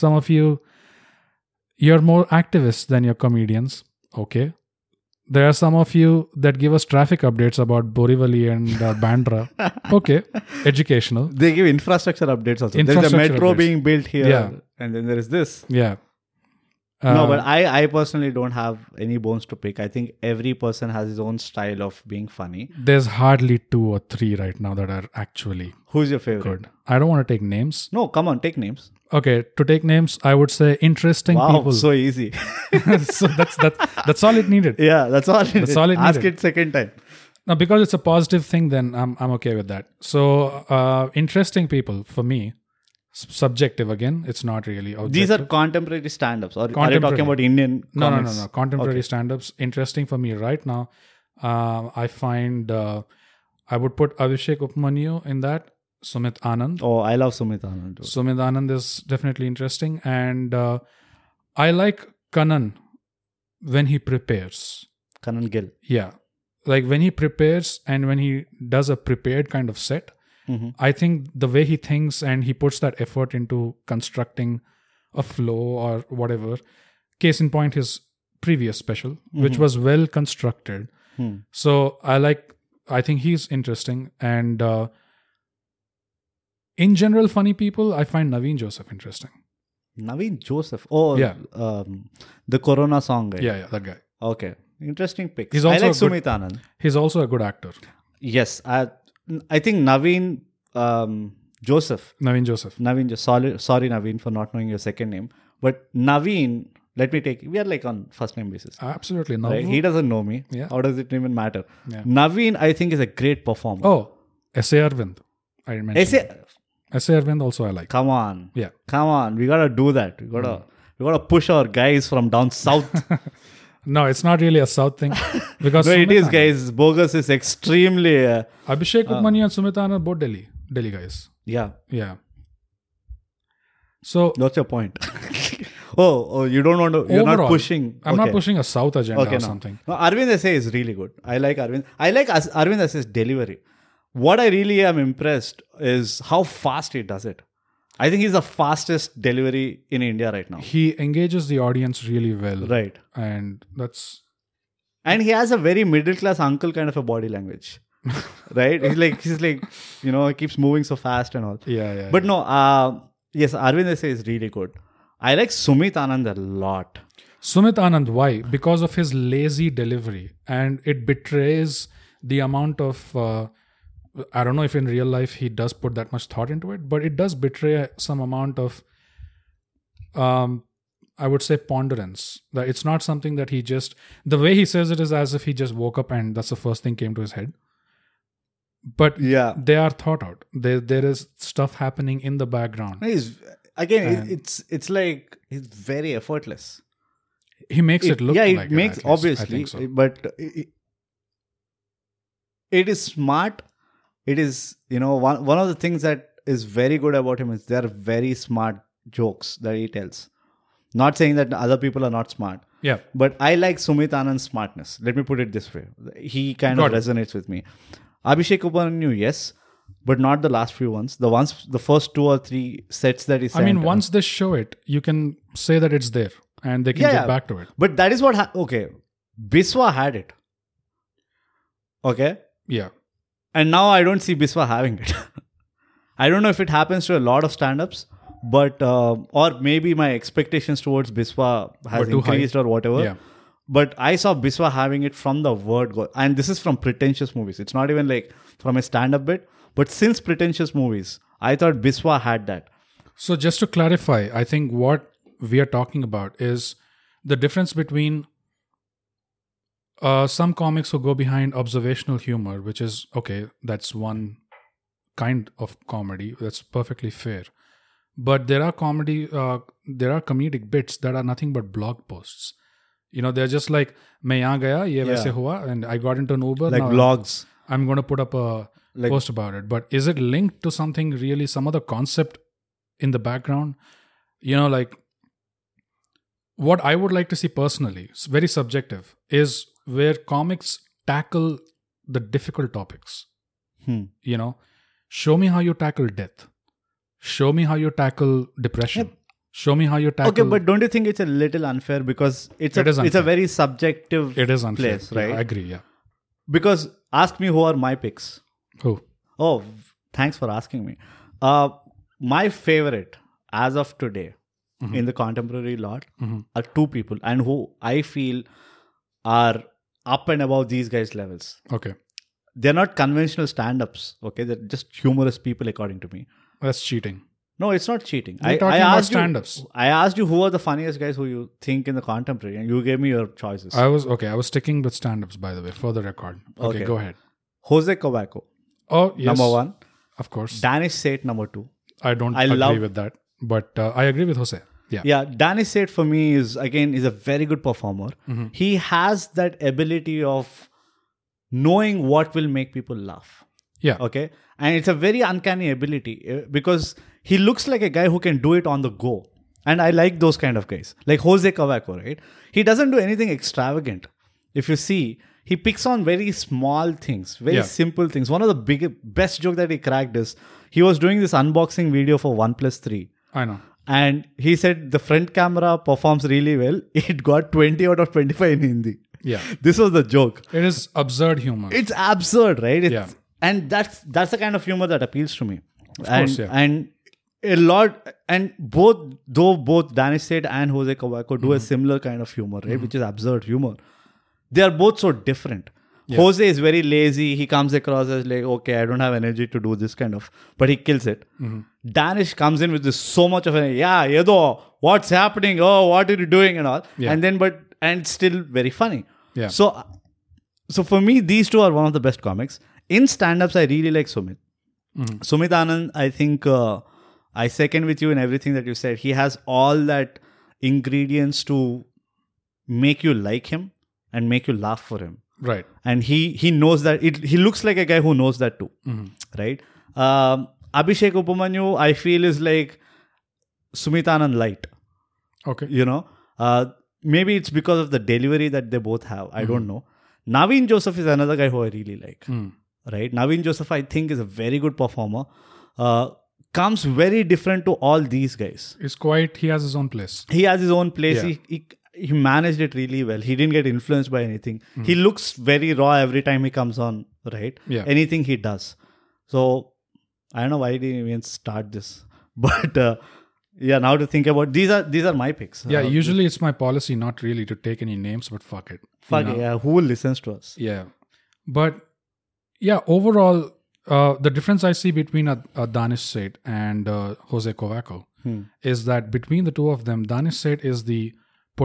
[SPEAKER 1] Some of you, you're more activists than your comedians. Okay. There are some of you that give us traffic updates about Borivali and uh, Bandra. Okay. Educational.
[SPEAKER 2] They give infrastructure updates also. There's a
[SPEAKER 1] Infrastructure
[SPEAKER 2] metro
[SPEAKER 1] updates.
[SPEAKER 2] being built here.
[SPEAKER 1] Yeah.
[SPEAKER 2] And then there is this.
[SPEAKER 1] Yeah.
[SPEAKER 2] no,
[SPEAKER 1] Uh,
[SPEAKER 2] but I, I personally don't have any bones to pick. I think every person has his own style of being funny.
[SPEAKER 1] There's hardly two or three right now that are actually
[SPEAKER 2] Who's your favorite?
[SPEAKER 1] good. I don't want to take names.
[SPEAKER 2] No, come on, take names.
[SPEAKER 1] Okay, to take names, I would say interesting
[SPEAKER 2] Wow,
[SPEAKER 1] people.
[SPEAKER 2] so easy.
[SPEAKER 1] so that's that. That's all it needed.
[SPEAKER 2] yeah, that's all. That's
[SPEAKER 1] all it
[SPEAKER 2] Ask
[SPEAKER 1] needed.
[SPEAKER 2] it second time.
[SPEAKER 1] Now, because it's a positive thing, then I'm I'm okay with that. So, uh, interesting people for me. s- subjective again. It's not really. Objective.
[SPEAKER 2] These are contemporary stand ups. Or are you
[SPEAKER 1] Contemporary.
[SPEAKER 2] talking about Indian
[SPEAKER 1] no, no,
[SPEAKER 2] comics?
[SPEAKER 1] no, no. Contemporary
[SPEAKER 2] Okay.
[SPEAKER 1] stand-ups interesting for me right now. Um, I find uh, I would put Abhishek Upmanyu in that. Sumit Anand.
[SPEAKER 2] Oh, I love Sumit Anand. dude.
[SPEAKER 1] Sumit Anand is definitely interesting, and uh, I like Kanan when he prepares.
[SPEAKER 2] Kanan Gill.
[SPEAKER 1] Yeah, like when he prepares and when he does a prepared kind of set.
[SPEAKER 2] Mhm.
[SPEAKER 1] I think the way he thinks and he puts that effort into constructing a flow or whatever. Case in point, his previous special, which was well constructed.
[SPEAKER 2] Hmm.
[SPEAKER 1] So I like. I think he's interesting, and uh, in general, funny people. I find Naveen Joseph interesting.
[SPEAKER 2] Naveen Joseph. Oh,
[SPEAKER 1] Yeah.
[SPEAKER 2] um, the Corona song guy.
[SPEAKER 1] Yeah, yeah, that guy.
[SPEAKER 2] Okay. Interesting picks.
[SPEAKER 1] He's
[SPEAKER 2] I
[SPEAKER 1] also
[SPEAKER 2] like
[SPEAKER 1] a good-
[SPEAKER 2] Sumit Anand.
[SPEAKER 1] He's also a good actor,
[SPEAKER 2] Yes. I, I think Naveen um, Joseph.
[SPEAKER 1] Naveen Joseph.
[SPEAKER 2] Naveen, just sorry, sorry, Naveen, for not knowing your second name. But Naveen, let me take. We are like on first name basis.
[SPEAKER 1] Absolutely,
[SPEAKER 2] Right?
[SPEAKER 1] Naveen.
[SPEAKER 2] He doesn't know me.
[SPEAKER 1] Uh, Yeah.
[SPEAKER 2] How does it even matter?
[SPEAKER 1] Yeah.
[SPEAKER 2] Naveen, I think, is a great performer.
[SPEAKER 1] Oh, S. A. Arvind. I didn't mention.
[SPEAKER 2] I say,
[SPEAKER 1] S. A. Arvind also I like.
[SPEAKER 2] come on,
[SPEAKER 1] Yeah. Mm.
[SPEAKER 2] come on. We gotta do that. We gotta, we gotta push our guys from down south.
[SPEAKER 1] No, it's not really a South thing because
[SPEAKER 2] no, it
[SPEAKER 1] Sumit
[SPEAKER 2] is,
[SPEAKER 1] Anand-
[SPEAKER 2] guys. Bogus is extremely, uh,
[SPEAKER 1] Abhishek Upmanyu and Sumit Anand are both Delhi, Delhi guys.
[SPEAKER 2] yeah.
[SPEAKER 1] Yeah. So
[SPEAKER 2] What's your point? oh, oh, you don't want to. You're not
[SPEAKER 1] Overall,
[SPEAKER 2] pushing.
[SPEAKER 1] I'm not
[SPEAKER 2] Okay.
[SPEAKER 1] pushing a South agenda
[SPEAKER 2] Okay,
[SPEAKER 1] or
[SPEAKER 2] no.
[SPEAKER 1] something.
[SPEAKER 2] No, Arvind Desai is really good. I like Arvind. I like As- Arvind Desai's delivery. What I really am impressed is how fast he does it. I think he's the fastest delivery in India right now.
[SPEAKER 1] He engages the audience really well,
[SPEAKER 2] Right.
[SPEAKER 1] and that's
[SPEAKER 2] And he has a very middle class uncle kind of a body language. right? He's like he's like, you know, he keeps moving so fast and all.
[SPEAKER 1] yeah, yeah.
[SPEAKER 2] But no, uh, yes, Arvind Desai is really good. I like Sumit Anand a lot.
[SPEAKER 1] Sumit Anand, why? Because of his lazy delivery, and it betrays the amount of. Uh, I don't know if in real life he does put that much thought into it, but it does betray some amount of. Um, I would say ponderance. That it's not something that he just. The way he says it is as if he just woke up and that's the first thing came to his head. But
[SPEAKER 2] Yeah.
[SPEAKER 1] they are thought out. There, there is stuff happening in the background.
[SPEAKER 2] He's again it-
[SPEAKER 1] And-
[SPEAKER 2] it's it's like he's very effortless.
[SPEAKER 1] He makes it, look.
[SPEAKER 2] yeah it
[SPEAKER 1] like
[SPEAKER 2] makes
[SPEAKER 1] at least. I
[SPEAKER 2] obviously
[SPEAKER 1] think so.
[SPEAKER 2] but it, it is smart it is you know one, one of the things that is very good about him is they're very smart jokes that he tells not saying that other people are not smart
[SPEAKER 1] Yeah.
[SPEAKER 2] but i like sumit anand's smartness let me put it this way he kind
[SPEAKER 1] Got
[SPEAKER 2] of
[SPEAKER 1] it.
[SPEAKER 2] resonates with me abhishek upanyu yes but not the last few ones the ones the first two or three sets that he
[SPEAKER 1] I mean,
[SPEAKER 2] sent.
[SPEAKER 1] once they show it, you can say that it's there and they can
[SPEAKER 2] Yeah,
[SPEAKER 1] get
[SPEAKER 2] yeah.
[SPEAKER 1] back to it.
[SPEAKER 2] But that is what ha- okay. Biswa had it. Okay?
[SPEAKER 1] Yeah.
[SPEAKER 2] And now I don't see Biswa having it. I don't know if it happens to a lot of stand-ups, but uh, or maybe my expectations towards Biswa has
[SPEAKER 1] Were too high.
[SPEAKER 2] increased or whatever.
[SPEAKER 1] Yeah.
[SPEAKER 2] But I saw Biswa having it from the word go. And this is from pretentious movies. It's not even like from a stand-up bit, but since pretentious movies, I thought Biswa had that.
[SPEAKER 1] So, just to clarify, I think what we are talking about is the difference between uh, some comics who go behind observational humor, which is okay, that's one kind of comedy, that's perfectly fair. But there are comedy, uh, there are comedic bits that are nothing but blog posts. You know, they're just like, "मैं यहाँ गया, ये वैसे हुआ, and I got into an Uber."
[SPEAKER 2] Like
[SPEAKER 1] now-
[SPEAKER 2] blogs.
[SPEAKER 1] I'm going to put up a
[SPEAKER 2] Like-
[SPEAKER 1] post about it. But is it linked to something really, some other concept in the background? You know, like what I would like to see personally, it's very subjective, is where comics tackle the difficult topics.
[SPEAKER 2] Hmm.
[SPEAKER 1] You know, show me how you tackle death, show me how you tackle depression, show me how you tackle.
[SPEAKER 2] Okay, but don't you think it's a little unfair because it's
[SPEAKER 1] It
[SPEAKER 2] a
[SPEAKER 1] is
[SPEAKER 2] it's a
[SPEAKER 1] unfair.
[SPEAKER 2] very subjective
[SPEAKER 1] it is unfair.
[SPEAKER 2] place,
[SPEAKER 1] Yeah,
[SPEAKER 2] right?
[SPEAKER 1] I agree. Yeah.
[SPEAKER 2] because ask me who are my picks.
[SPEAKER 1] Oh,
[SPEAKER 2] Oh, thanks for asking me. Uh, my favorite as of today
[SPEAKER 1] Mm-hmm.
[SPEAKER 2] in the contemporary lot
[SPEAKER 1] Mhm.
[SPEAKER 2] are two people, and who I feel are up and above these guys' levels.
[SPEAKER 1] okay.
[SPEAKER 2] They're not conventional stand-ups. Okay, they're just humorous people, according to me.
[SPEAKER 1] That's cheating.
[SPEAKER 2] No, it's not cheating.
[SPEAKER 1] We're talking about
[SPEAKER 2] asked you-
[SPEAKER 1] stand-ups.
[SPEAKER 2] I asked you who are the funniest guys who you think in the contemporary, and you gave me your choices.
[SPEAKER 1] I was okay. I was sticking with stand-ups, by the way, for the record. Okay,
[SPEAKER 2] Okay.
[SPEAKER 1] go ahead.
[SPEAKER 2] Jose Covaco,
[SPEAKER 1] Oh, yes.
[SPEAKER 2] number one.
[SPEAKER 1] Of course.
[SPEAKER 2] Danish Sate, number two.
[SPEAKER 1] I don't
[SPEAKER 2] I
[SPEAKER 1] agree
[SPEAKER 2] love-
[SPEAKER 1] with that, but uh, I agree with Jose. Yeah.
[SPEAKER 2] yeah danny said for me is again is a very good performer
[SPEAKER 1] Mm-hmm.
[SPEAKER 2] he has that ability of knowing what will make people laugh
[SPEAKER 1] Yeah.
[SPEAKER 2] okay and it's a very uncanny ability eh, because he looks like a guy who can do it on the go and i like those kind of guys like jose cavaco right he doesn't do anything extravagant if you see he picks on very small things very
[SPEAKER 1] Yeah.
[SPEAKER 2] simple things one of the big best joke that he cracked is he was doing this unboxing video for oneplus 3
[SPEAKER 1] I know.
[SPEAKER 2] and he said the front camera performs really well. It got 20 out of 25 in Hindi.
[SPEAKER 1] Yeah.
[SPEAKER 2] This was the joke.
[SPEAKER 1] It is absurd humor.
[SPEAKER 2] It's absurd, right? It's,
[SPEAKER 1] Yeah.
[SPEAKER 2] And that's that's the kind of humor that appeals to me. Of and,
[SPEAKER 1] course, yeah.
[SPEAKER 2] And a lot and both though both Danish State and Jose Cavaco do a
[SPEAKER 1] Mm-hmm.
[SPEAKER 2] similar kind of humor, right? Which is absurd humor. They are both so different. Jose is very lazy. He comes across as like, okay, I don't have energy to do this kind of, but he kills it.
[SPEAKER 1] Mm-hmm.
[SPEAKER 2] Danish comes in with this so much of an yeah, yedo, what's happening? Oh, what are you doing and all?
[SPEAKER 1] Yeah.
[SPEAKER 2] And then but and still very funny.
[SPEAKER 1] Yeah.
[SPEAKER 2] So so for me, these two are one of the best comics. In stand-ups, I really like Sumit. Sumit Anand, Mm-hmm. I think uh, I second with you in everything that you said. He has all that ingredients to make you like him and make you laugh for him.
[SPEAKER 1] right.
[SPEAKER 2] And he he knows that. It, he looks like a guy who knows that too,
[SPEAKER 1] Mm-hmm.
[SPEAKER 2] right? Um, Abhishek Upamanyu, I feel is like Sumit Anand light
[SPEAKER 1] Okay.
[SPEAKER 2] you know uh, maybe it's because of the delivery that they both have i don't know naveen joseph is another guy who i really like
[SPEAKER 1] Mm.
[SPEAKER 2] right naveen joseph i think is a very good performer uh, comes very different to all these guys
[SPEAKER 1] It's quite. He has his own place.
[SPEAKER 2] he has his own place
[SPEAKER 1] Yeah.
[SPEAKER 2] he, he he managed it really well he didn't get influenced by anything he looks very raw every time he comes on right
[SPEAKER 1] Hmm. Yeah.
[SPEAKER 2] anything he does so i don't know why did even start this but uh, yeah now to think about these are these are my picks
[SPEAKER 1] Yeah.
[SPEAKER 2] Uh,
[SPEAKER 1] usually it's my policy not really to take any names, but fuck it. you
[SPEAKER 2] Fuck
[SPEAKER 1] know?
[SPEAKER 2] it, yeah. Who listens to us?
[SPEAKER 1] Yeah. But yeah, overall, uh, the difference I see between a, a Danish Seth and uh, Jose Covaco is that between the two of them, Danish Seth is the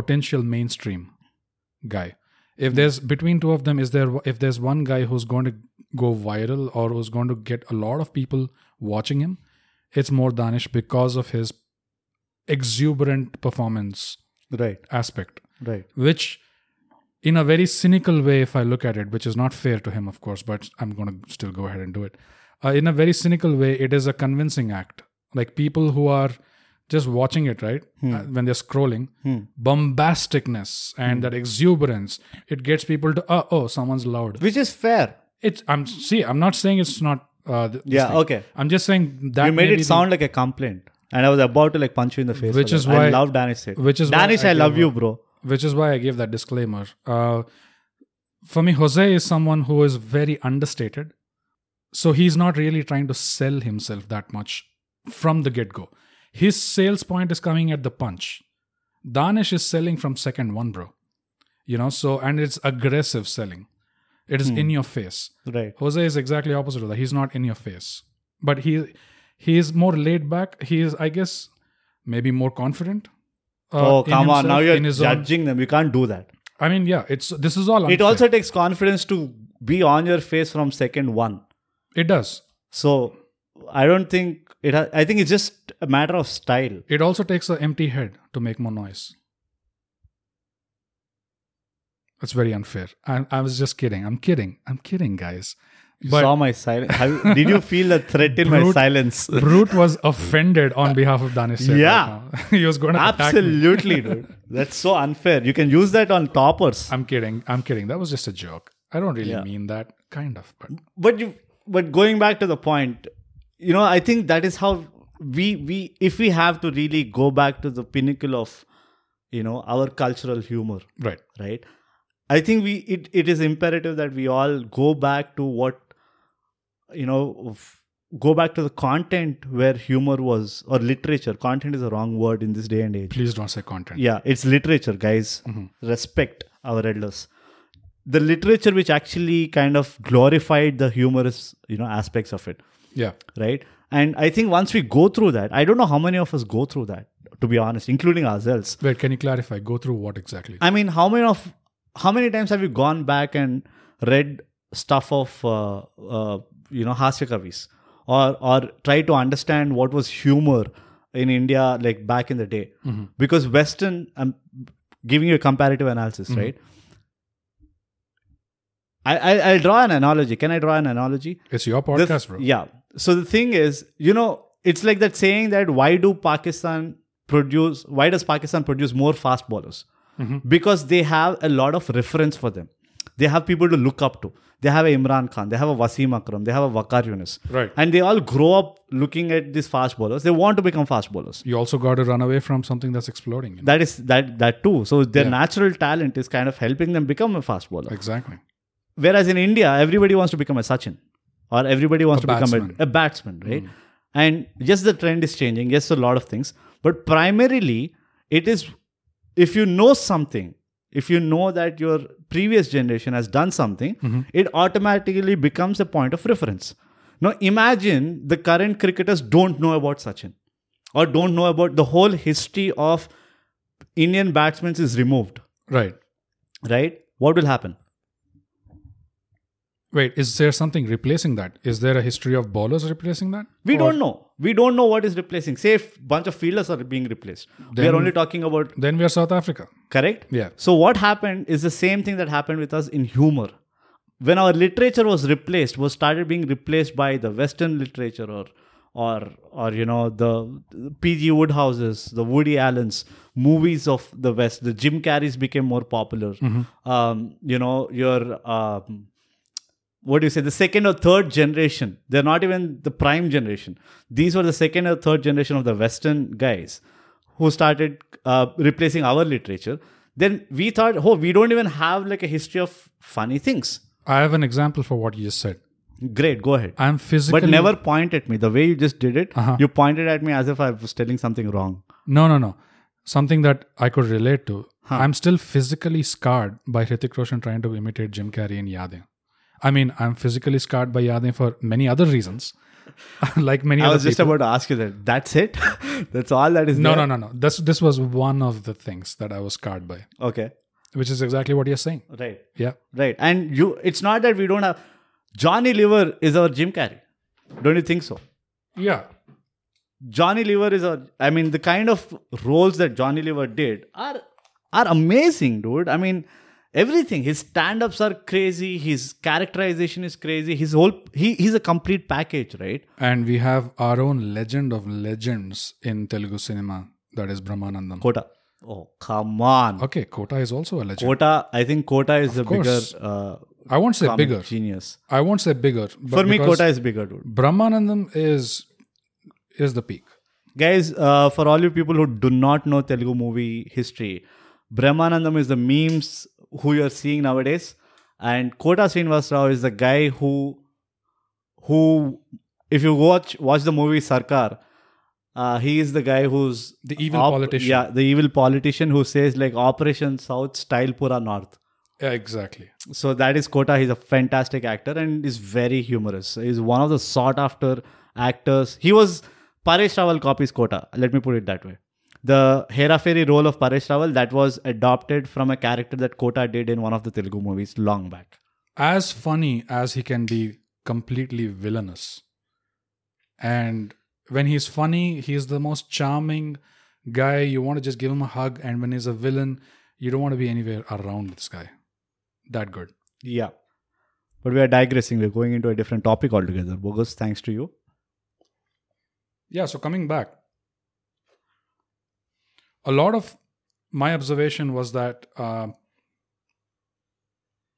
[SPEAKER 1] potential mainstream guy. If there's between two of them, is there if there's one guy who's going to go viral or who's going to get a lot of people watching him, it's more Danish because of his exuberant performance
[SPEAKER 2] Right,
[SPEAKER 1] aspect
[SPEAKER 2] right.
[SPEAKER 1] which in a very cynical way if i look at it which is not fair to him of course but i'm going to still go ahead and do it uh, in a very cynical way it is a convincing act like people who are just watching it right
[SPEAKER 2] Hmm.
[SPEAKER 1] Uh, when they're scrolling bombasticness and
[SPEAKER 2] Hmm.
[SPEAKER 1] that exuberance it gets people to uh, oh someone's loud
[SPEAKER 2] Which is fair.
[SPEAKER 1] it's i'm see i'm not saying it's not uh, th- this
[SPEAKER 2] Yeah,
[SPEAKER 1] thing.
[SPEAKER 2] okay.
[SPEAKER 1] i'm just saying that
[SPEAKER 2] You made
[SPEAKER 1] may be
[SPEAKER 2] it
[SPEAKER 1] the-
[SPEAKER 2] sound like a complaint. And I was about to like punch you in the face.
[SPEAKER 1] Which
[SPEAKER 2] for
[SPEAKER 1] is
[SPEAKER 2] that.
[SPEAKER 1] why-
[SPEAKER 2] I love Danish Seth.
[SPEAKER 1] which is why
[SPEAKER 2] Danish,
[SPEAKER 1] I
[SPEAKER 2] I, love
[SPEAKER 1] gave
[SPEAKER 2] you, bro.
[SPEAKER 1] which is why I gave that disclaimer. Uh, for me, Jose is someone who is very understated. So he's not really trying to sell himself that much from the get go. His sales point is coming at the punch. Danish is selling from second one, bro. You know, so, and it's aggressive selling, it
[SPEAKER 2] Hmm.
[SPEAKER 1] is in your face.
[SPEAKER 2] Right.
[SPEAKER 1] Jose is exactly opposite of that. He's not in your face, but he he is more laid back. He is, I guess, maybe more confident. uh,
[SPEAKER 2] oh,
[SPEAKER 1] in
[SPEAKER 2] come on. Now
[SPEAKER 1] himself,
[SPEAKER 2] you're
[SPEAKER 1] in his own-
[SPEAKER 2] judging them. You can't do that.
[SPEAKER 1] I mean, yeah, it's this is all. Unfair.
[SPEAKER 2] It also takes confidence to be on your face from second one.
[SPEAKER 1] it does.
[SPEAKER 2] So I don't think it. Ha- I think it's just a matter of style.
[SPEAKER 1] It also takes an empty head to make more noise. That's very unfair. I, I was just kidding. I'm kidding. I'm kidding, guys.
[SPEAKER 2] You
[SPEAKER 1] But-
[SPEAKER 2] saw my silence. Did you feel the threat in my
[SPEAKER 1] Brute-
[SPEAKER 2] silence?
[SPEAKER 1] Brute was offended on behalf of Danish. Seth right
[SPEAKER 2] Yeah.
[SPEAKER 1] now. he was going to Attack me.
[SPEAKER 2] Absolutely, dude. That's so unfair. You can use that on toppers.
[SPEAKER 1] I'm kidding. I'm kidding. That was just a joke. I don't really
[SPEAKER 2] Yeah.
[SPEAKER 1] mean that. Kind of, but
[SPEAKER 2] but you but going back to the point you know i think that is how we we if we have to really go back to the pinnacle of you know our cultural humor
[SPEAKER 1] right.
[SPEAKER 2] right i think we it, it is imperative that we all go back to what you know f- go back to the content where humor was or literature content is the wrong word in this day and age
[SPEAKER 1] Please don't say content.
[SPEAKER 2] yeah it's literature guys respect our elders the literature which actually kind of glorified the humorous you know aspects of it
[SPEAKER 1] Yeah.
[SPEAKER 2] right and i think once we go through that i don't know how many of us go through that to be honest including ourselves
[SPEAKER 1] Wait. Can you clarify? Go through what exactly?
[SPEAKER 2] i mean how many of how many times have you gone back and read stuff of uh, uh, you know hasya kavis or or try to understand what was humor in India like back in the day. Because Western, I'm giving you a comparative analysis, right? I, I I'll draw an analogy. Can I draw an analogy?
[SPEAKER 1] It's your
[SPEAKER 2] The-
[SPEAKER 1] podcast, bro.
[SPEAKER 2] Yeah. So the thing is, you know, it's like that saying that why do Pakistan produce why does Pakistan produce more fast bowlers?
[SPEAKER 1] Mm-hmm.
[SPEAKER 2] Because they have a lot of reference for them. They have people to look up to. They have a Imran Khan, they have a Wasim Akram, they have a Wakar Yunus.
[SPEAKER 1] Right.
[SPEAKER 2] And they all grow up looking at these fast bowlers. They want to become fast bowlers.
[SPEAKER 1] You also got to run away from something that's exploding. You know?
[SPEAKER 2] That is that that too. So their
[SPEAKER 1] Yeah.
[SPEAKER 2] natural talent is kind of helping them become a fast bowler.
[SPEAKER 1] Exactly.
[SPEAKER 2] Whereas in India, everybody wants to become a Sachin or everybody wants
[SPEAKER 1] A
[SPEAKER 2] to
[SPEAKER 1] batsman. Hmm.
[SPEAKER 2] become a, a batsman, right? And yes, the trend is changing. Yes, a lot of things. But primarily, it is if you know something, if you know that your previous generation has done something,
[SPEAKER 1] Mm-hmm.
[SPEAKER 2] it automatically becomes a point of reference. Now, imagine the current cricketers don't know about Sachin or don't know about the whole history of Indian batsmen is removed,
[SPEAKER 1] Right.
[SPEAKER 2] right? What will happen?
[SPEAKER 1] Wait, is there something replacing that? Is there a history of bowlers replacing that?
[SPEAKER 2] We
[SPEAKER 1] Or
[SPEAKER 2] don't know. We don't know what is replacing. Say, if bunch of fielders are being replaced. we
[SPEAKER 1] Then-
[SPEAKER 2] are only talking about
[SPEAKER 1] Then we are South Africa.
[SPEAKER 2] correct.
[SPEAKER 1] Yeah.
[SPEAKER 2] So what happened is the same thing that happened with us in humor. When our literature was replaced, was started being replaced by the Western literature or or or you know the P.G. Woodhouses, the Woody Allen's movies of the West. The Jim Carreys became more popular.
[SPEAKER 1] Mm-hmm.
[SPEAKER 2] Um, you know your um, what do you say the second or third generation they're not even the prime generation these were the second or third generation of the western guys who started uh, replacing our literature then we thought oh we don't even have like a history of funny things
[SPEAKER 1] I have an example for what you just said.
[SPEAKER 2] great go ahead
[SPEAKER 1] I'm physically.
[SPEAKER 2] but never point at me the way you just did it you pointed at me as if i was telling something wrong
[SPEAKER 1] No, no, no. Something that I could relate to. I'm still physically scarred by Hrithik Roshan trying to imitate Jim Carrey in Yadein. I mean, I'm physically scarred by Yadein for many other reasons, like many
[SPEAKER 2] i
[SPEAKER 1] other
[SPEAKER 2] was just
[SPEAKER 1] people.
[SPEAKER 2] about to ask you that that's it that's all that is
[SPEAKER 1] no,
[SPEAKER 2] there?
[SPEAKER 1] no, no, no. This this was one of the things that I was scarred by,
[SPEAKER 2] okay
[SPEAKER 1] which is exactly what you're saying.
[SPEAKER 2] right
[SPEAKER 1] Yeah,
[SPEAKER 2] right and you it's not that we don't have johnny lever is our jim carrey don't you think so
[SPEAKER 1] yeah.
[SPEAKER 2] Johnny Lever is a. I mean, the kind of roles that Johnny Lever did are are amazing, dude. I mean, everything. His stand-ups are crazy. His characterization is crazy. His whole he he's a complete package, right?
[SPEAKER 1] And we have our own legend of legends in Telugu cinema. That is Brahmanandam.
[SPEAKER 2] Kota. Oh come on,
[SPEAKER 1] okay, Kota is also a legend.
[SPEAKER 2] Kota. I think Kota is a bigger
[SPEAKER 1] course.
[SPEAKER 2] uh,
[SPEAKER 1] I won't say
[SPEAKER 2] comic
[SPEAKER 1] bigger.
[SPEAKER 2] genius.
[SPEAKER 1] I won't say bigger. but
[SPEAKER 2] For me,
[SPEAKER 1] because-
[SPEAKER 2] Kota is bigger, dude.
[SPEAKER 1] Brahmanandam is is the peak.
[SPEAKER 2] Guys, uh, for all you people who do not know Telugu movie history, Brahmanandam is the memes who you're seeing nowadays, and Kota Srinivas Rao is the guy who, who, if you watch watch the movie Sarkar, uh, he is the guy who's
[SPEAKER 1] The evil politician.
[SPEAKER 2] Yeah, the evil politician who says like Operation South style Pura North.
[SPEAKER 1] Yeah, exactly.
[SPEAKER 2] So that is Kota. He's a fantastic actor and is very humorous. He's one of the sought after actors. He was Paresh Rawal copies Kota. Let me put it that way. The Hera Fairy role of Paresh Rawal that was adopted from a character that Kota did in one of the Telugu movies long back.
[SPEAKER 1] As funny as he can be, completely villainous. And when he's funny, he's the most charming guy. You want to just give him a hug. And when he's a villain, you don't want to be anywhere around this guy. That good.
[SPEAKER 2] Yeah. But we are digressing. We're going into a different topic altogether. Bogus, thanks to you.
[SPEAKER 1] Yeah, so coming back, a lot of my observation was that uh,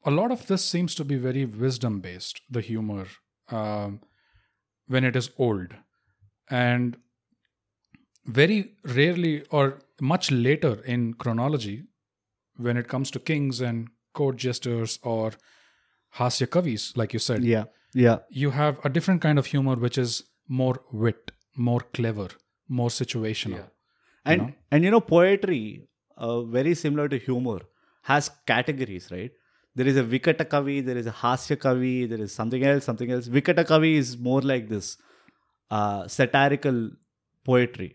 [SPEAKER 1] a lot of this seems to be very wisdom based, the humor, um, when it is old. And very rarely or much later in chronology, when it comes to kings and court jesters or Hasya Kavis, like you said,
[SPEAKER 2] Yeah. Yeah.
[SPEAKER 1] you have a different kind of humor which is more wit more clever more situational
[SPEAKER 2] and and you know poetry uh, very similar to humor has categories right there is a vikata kavi there is a hasya kavi there is something else something else vikata kavi is more like this uh, satirical poetry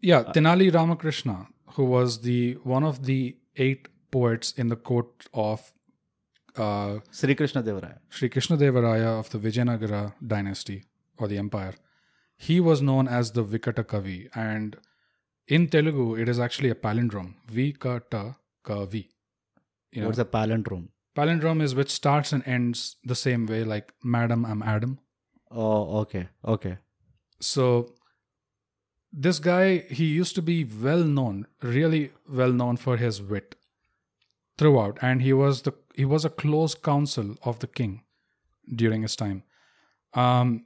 [SPEAKER 1] yeah tenali ramakrishna who was the one of the eight poets in the court of uh,
[SPEAKER 2] sri krishna devaraya
[SPEAKER 1] sri krishna devaraya of the vijayanagara dynasty or the empire, he was known as the Vikata Kavi. And in Telugu, it is actually a palindrome. Vikata Kavi. You know,
[SPEAKER 2] What's a palindrome?
[SPEAKER 1] palindrome is which starts and ends the same way, like Madam, I'm Adam.
[SPEAKER 2] Oh, okay, okay.
[SPEAKER 1] So this guy, he used to be well known, really well known for his wit throughout, and he was the he was a close counsel of the king during his time. Um,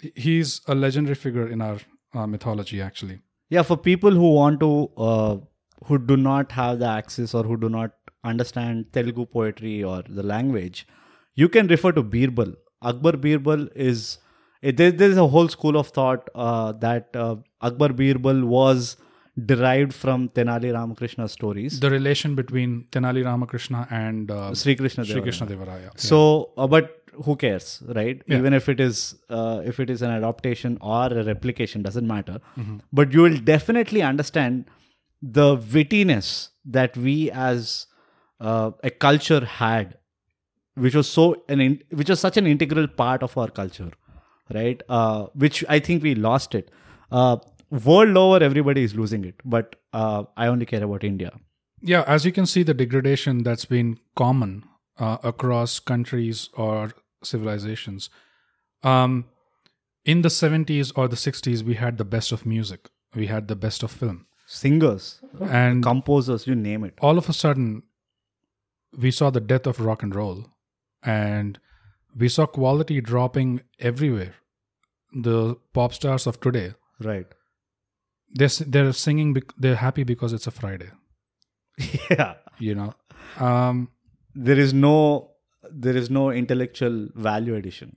[SPEAKER 1] he- he's a legendary figure in our uh, mythology, actually.
[SPEAKER 2] Yeah, for people who want to, uh, who do not have the access or who do not understand Telugu poetry or the language, you can refer to Birbal. Akbar Birbal is it, there, there's a whole school of thought uh, that uh, Akbar Birbal was derived from Tenali Ramakrishna stories.
[SPEAKER 1] The relation between Tenali Ramakrishna and uh,
[SPEAKER 2] Sri Krishna
[SPEAKER 1] Sri
[SPEAKER 2] Deva.
[SPEAKER 1] Krishna Devaraya.
[SPEAKER 2] So, uh, but who cares, right?
[SPEAKER 1] Yeah.
[SPEAKER 2] Even if it is uh, if it is an adaptation or a replication, doesn't matter. But you will definitely understand the wittiness that we as uh, a culture had, which was so an in, which was such an integral part of our culture, right? Uh, which I think we lost it. Uh, world over, everybody is losing it, but uh, I only care about India.
[SPEAKER 1] yeah as you can see the degradation that's been common uh, across countries or civilizations um, in the 70s or the 60s we had the best of music we had the best of film
[SPEAKER 2] Singers,
[SPEAKER 1] and
[SPEAKER 2] composers, you name it.
[SPEAKER 1] all of a sudden we saw the death of rock and roll and we saw quality dropping everywhere the pop stars of today
[SPEAKER 2] Right.
[SPEAKER 1] they're, s- they're singing bec- they're happy because it's a friday
[SPEAKER 2] Yeah.
[SPEAKER 1] you know um,
[SPEAKER 2] there is no there is no intellectual value addition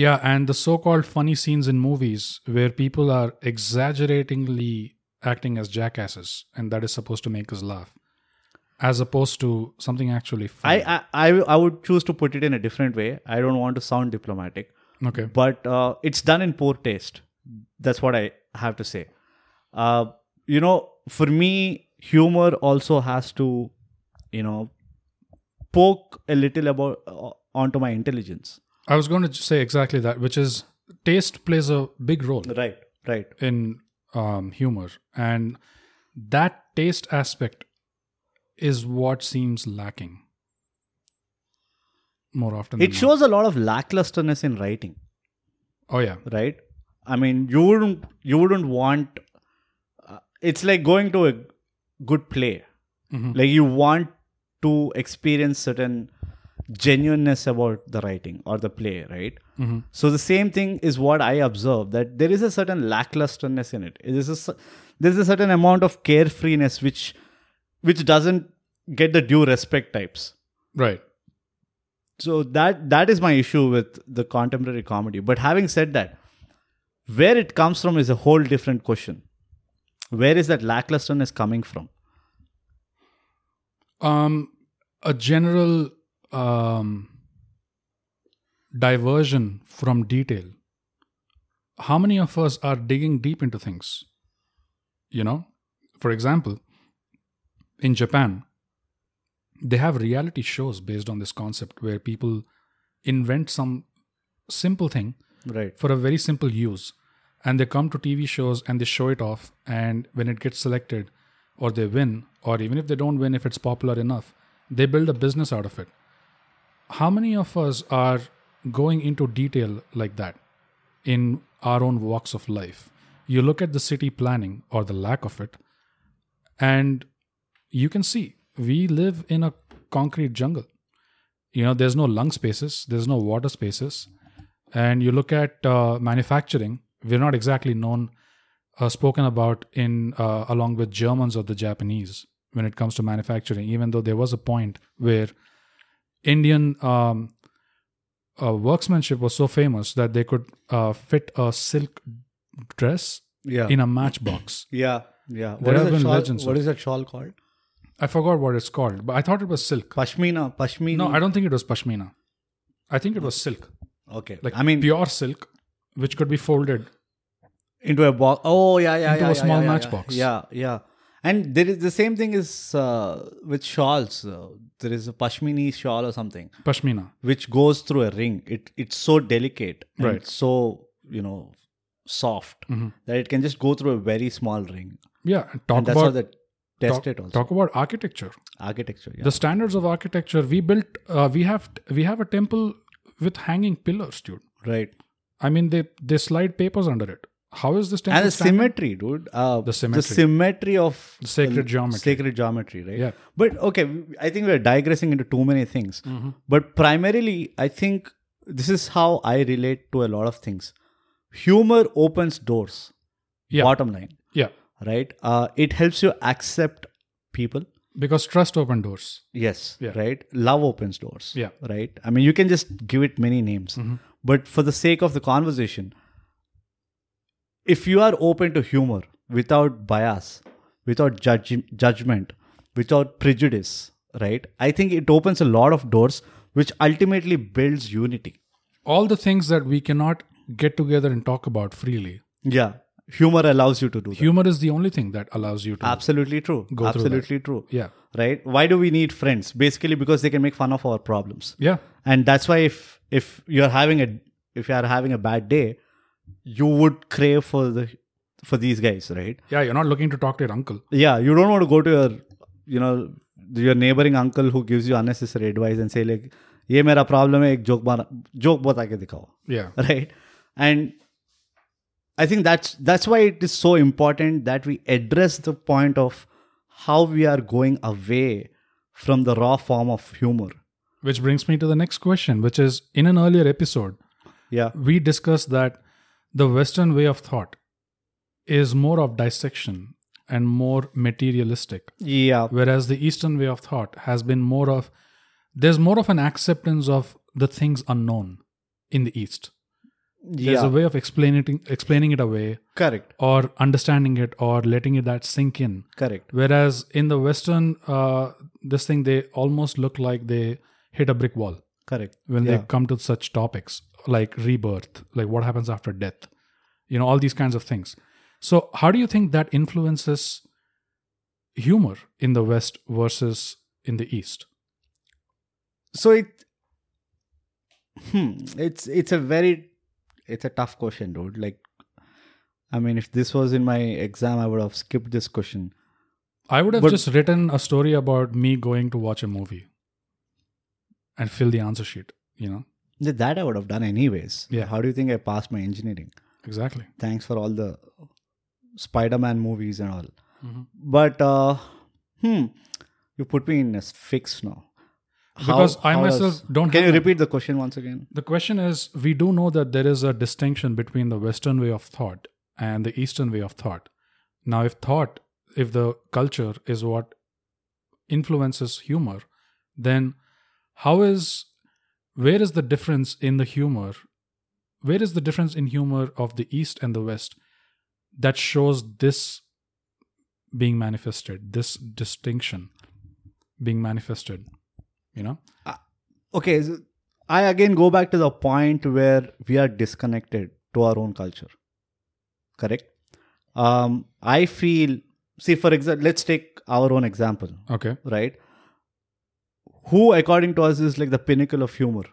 [SPEAKER 1] Yeah, and the so called funny scenes in movies where people are exaggeratingly acting as jackasses and that is supposed to make us laugh, as opposed to something actually funny.
[SPEAKER 2] I, I i i would choose to put it in a different way i don't want to sound diplomatic
[SPEAKER 1] okay.
[SPEAKER 2] but uh, it's done in poor taste that's what i have to say uh, you know for me humor also has to you know poke a little about uh, onto my intelligence
[SPEAKER 1] I was going to say exactly that, which is taste plays a big role
[SPEAKER 2] right right
[SPEAKER 1] in um, humor. And that taste aspect is what seems lacking more often than
[SPEAKER 2] it
[SPEAKER 1] not.
[SPEAKER 2] shows a lot of lacklusterness in writing
[SPEAKER 1] Oh, yeah.
[SPEAKER 2] right i mean you wouldn't you wouldn't want uh, it's like going to a good play
[SPEAKER 1] Mhm.
[SPEAKER 2] like you want to experience certain genuineness about the writing or the play right
[SPEAKER 1] hmm
[SPEAKER 2] so the same thing is what i observe that there is a certain lacklusterness in it there's a, cer- there's a certain amount of carefreeness which which doesn't get the due respect types
[SPEAKER 1] Right.
[SPEAKER 2] so that that is my issue with the contemporary comedy but having said that where it comes from is a whole different question where is that lacklusterness coming from
[SPEAKER 1] um a general um diversion from detail how many of us are digging deep into things you know for example in japan they have reality shows based on this concept where people invent some simple thing
[SPEAKER 2] right
[SPEAKER 1] for a very simple use and they come to tv shows and they show it off and when it gets selected or they win or even if they don't win if it's popular enough they build a business out of it how many of us are going into detail like that in our own walks of life you look at the city planning or the lack of it and you can see we live in a concrete jungle you know there's no lung spaces there's no water spaces and you look at uh, manufacturing we're not exactly known uh, spoken about in uh, along with germans or the japanese when it comes to manufacturing even though there was a point where indian um, uh, worksmanship was so famous that they could uh, fit a silk dress
[SPEAKER 2] yeah
[SPEAKER 1] in a matchbox
[SPEAKER 2] yeah yeah
[SPEAKER 1] There have been legends of-
[SPEAKER 2] is that shawl called
[SPEAKER 1] i forgot what it's called but i thought it was silk
[SPEAKER 2] pashmina pashmina
[SPEAKER 1] no i don't think it was pashmina i think it was silk
[SPEAKER 2] okay
[SPEAKER 1] like
[SPEAKER 2] i mean
[SPEAKER 1] pure silk which could be folded
[SPEAKER 2] into a box oh yeah yeah
[SPEAKER 1] Into a
[SPEAKER 2] yeah, yeah,
[SPEAKER 1] small
[SPEAKER 2] yeah, yeah,
[SPEAKER 1] matchbox.
[SPEAKER 2] yeah yeah and there is the same thing is uh, with shawls uh, there is a pashmini shawl or something
[SPEAKER 1] pashmina
[SPEAKER 2] which goes through a ring. It it's so delicate, and
[SPEAKER 1] Right.
[SPEAKER 2] So you know soft
[SPEAKER 1] Mhm.
[SPEAKER 2] that it can just go through a very small ring.
[SPEAKER 1] Yeah, and talk
[SPEAKER 2] and that's how
[SPEAKER 1] about
[SPEAKER 2] they test
[SPEAKER 1] talk,
[SPEAKER 2] it also.
[SPEAKER 1] talk about architecture.
[SPEAKER 2] Architecture. Yeah.
[SPEAKER 1] The standards of architecture we built. Uh, we have we have a temple with hanging pillars, dude.
[SPEAKER 2] right.
[SPEAKER 1] I mean, they they slide papers under it. How is this temple?
[SPEAKER 2] and the
[SPEAKER 1] standard?
[SPEAKER 2] symmetry, dude. Uh, the
[SPEAKER 1] symmetry.
[SPEAKER 2] symmetry of
[SPEAKER 1] The sacred geometry.
[SPEAKER 2] Sacred geometry, right?
[SPEAKER 1] Yeah.
[SPEAKER 2] But okay, w- I think we're digressing into too many things.
[SPEAKER 1] Mm-hmm.
[SPEAKER 2] But primarily, I think this is how I relate to a lot of things. Humor opens doors.
[SPEAKER 1] Yeah.
[SPEAKER 2] Bottom line,
[SPEAKER 1] yeah,
[SPEAKER 2] right? Uh, it helps you accept people.
[SPEAKER 1] because trust open doors.
[SPEAKER 2] Yes.
[SPEAKER 1] Yeah.
[SPEAKER 2] Right. Love opens doors.
[SPEAKER 1] Yeah. Mm-hmm.
[SPEAKER 2] Right. I mean, you can just give it many names, but for the sake of the conversation, if you are open to humor without bias, without judge- judgment, without prejudice, right? I think it opens a lot of doors, which ultimately builds unity.
[SPEAKER 1] All the things that we cannot get together and talk about freely.
[SPEAKER 2] Yeah. Humor allows you to do that.
[SPEAKER 1] Humor is the only thing that allows you to.
[SPEAKER 2] Absolutely true.
[SPEAKER 1] Go through that.
[SPEAKER 2] Absolutely true.
[SPEAKER 1] Yeah,
[SPEAKER 2] Right. Why do we need friends? Basically, because they can make fun of our problems.
[SPEAKER 1] yeah,
[SPEAKER 2] and that's why if if you're having a if you are having a bad day you would crave for the for these guys right
[SPEAKER 1] yeah. You're not looking to talk to your uncle.
[SPEAKER 2] yeah you don't want to go to your you know your neighboring uncle who gives you unnecessary advice and say like ये मेरा problem है एक joke मारा joke बता के दिखाओ
[SPEAKER 1] Yeah,
[SPEAKER 2] right and i think that's that's why it is so important that we address the point of how we are going away from the raw form of humor
[SPEAKER 1] which brings me to the next question, which is in an earlier episode
[SPEAKER 2] yeah
[SPEAKER 1] we discussed that the Western way of thought is more of dissection and more materialistic,
[SPEAKER 2] yeah
[SPEAKER 1] whereas the Eastern way of thought has been more of there's more of an acceptance of the things unknown in the East. There's
[SPEAKER 2] yeah
[SPEAKER 1] a way of explaining explaining it away
[SPEAKER 2] correct
[SPEAKER 1] or understanding it or letting it that sink in.
[SPEAKER 2] correct
[SPEAKER 1] Whereas in the Western, uh, this thing they almost look like they hit a brick wall
[SPEAKER 2] correct
[SPEAKER 1] when
[SPEAKER 2] yeah.
[SPEAKER 1] they come to such topics like rebirth, like what happens after death, you know, all these kinds of things. So, how do you think that influences humor in the West versus in the East?
[SPEAKER 2] so it hmm it's it's a very it's a tough question dude like i mean if this was in my exam i would have skipped this question
[SPEAKER 1] I would have
[SPEAKER 2] But-
[SPEAKER 1] just written a story about me going to watch a movie and fill the answer sheet, you know?
[SPEAKER 2] Th- that i would have done anyways
[SPEAKER 1] Yeah.
[SPEAKER 2] how do you think i passed my engineering
[SPEAKER 1] Exactly.
[SPEAKER 2] thanks for all the spider-man movies and all
[SPEAKER 1] Mm-hmm.
[SPEAKER 2] but uh hmm you put me in a fix now How-
[SPEAKER 1] Because I
[SPEAKER 2] how
[SPEAKER 1] myself
[SPEAKER 2] does-
[SPEAKER 1] don't
[SPEAKER 2] can
[SPEAKER 1] have
[SPEAKER 2] you
[SPEAKER 1] that.
[SPEAKER 2] repeat the question once again
[SPEAKER 1] The question is we do know that there is a distinction between the Western way of thought and the Eastern way of thought. Now, if thought, if the culture is what influences humor, then how is, where is the difference in the humor? Where is the difference in humor of the East and the West that shows this being manifested, this distinction being manifested? You know?
[SPEAKER 2] okay so i again go back to the point where we are disconnected to our own culture correct um i feel see for example let's take our own example
[SPEAKER 1] Okay.
[SPEAKER 2] right who according to us is like the pinnacle of humor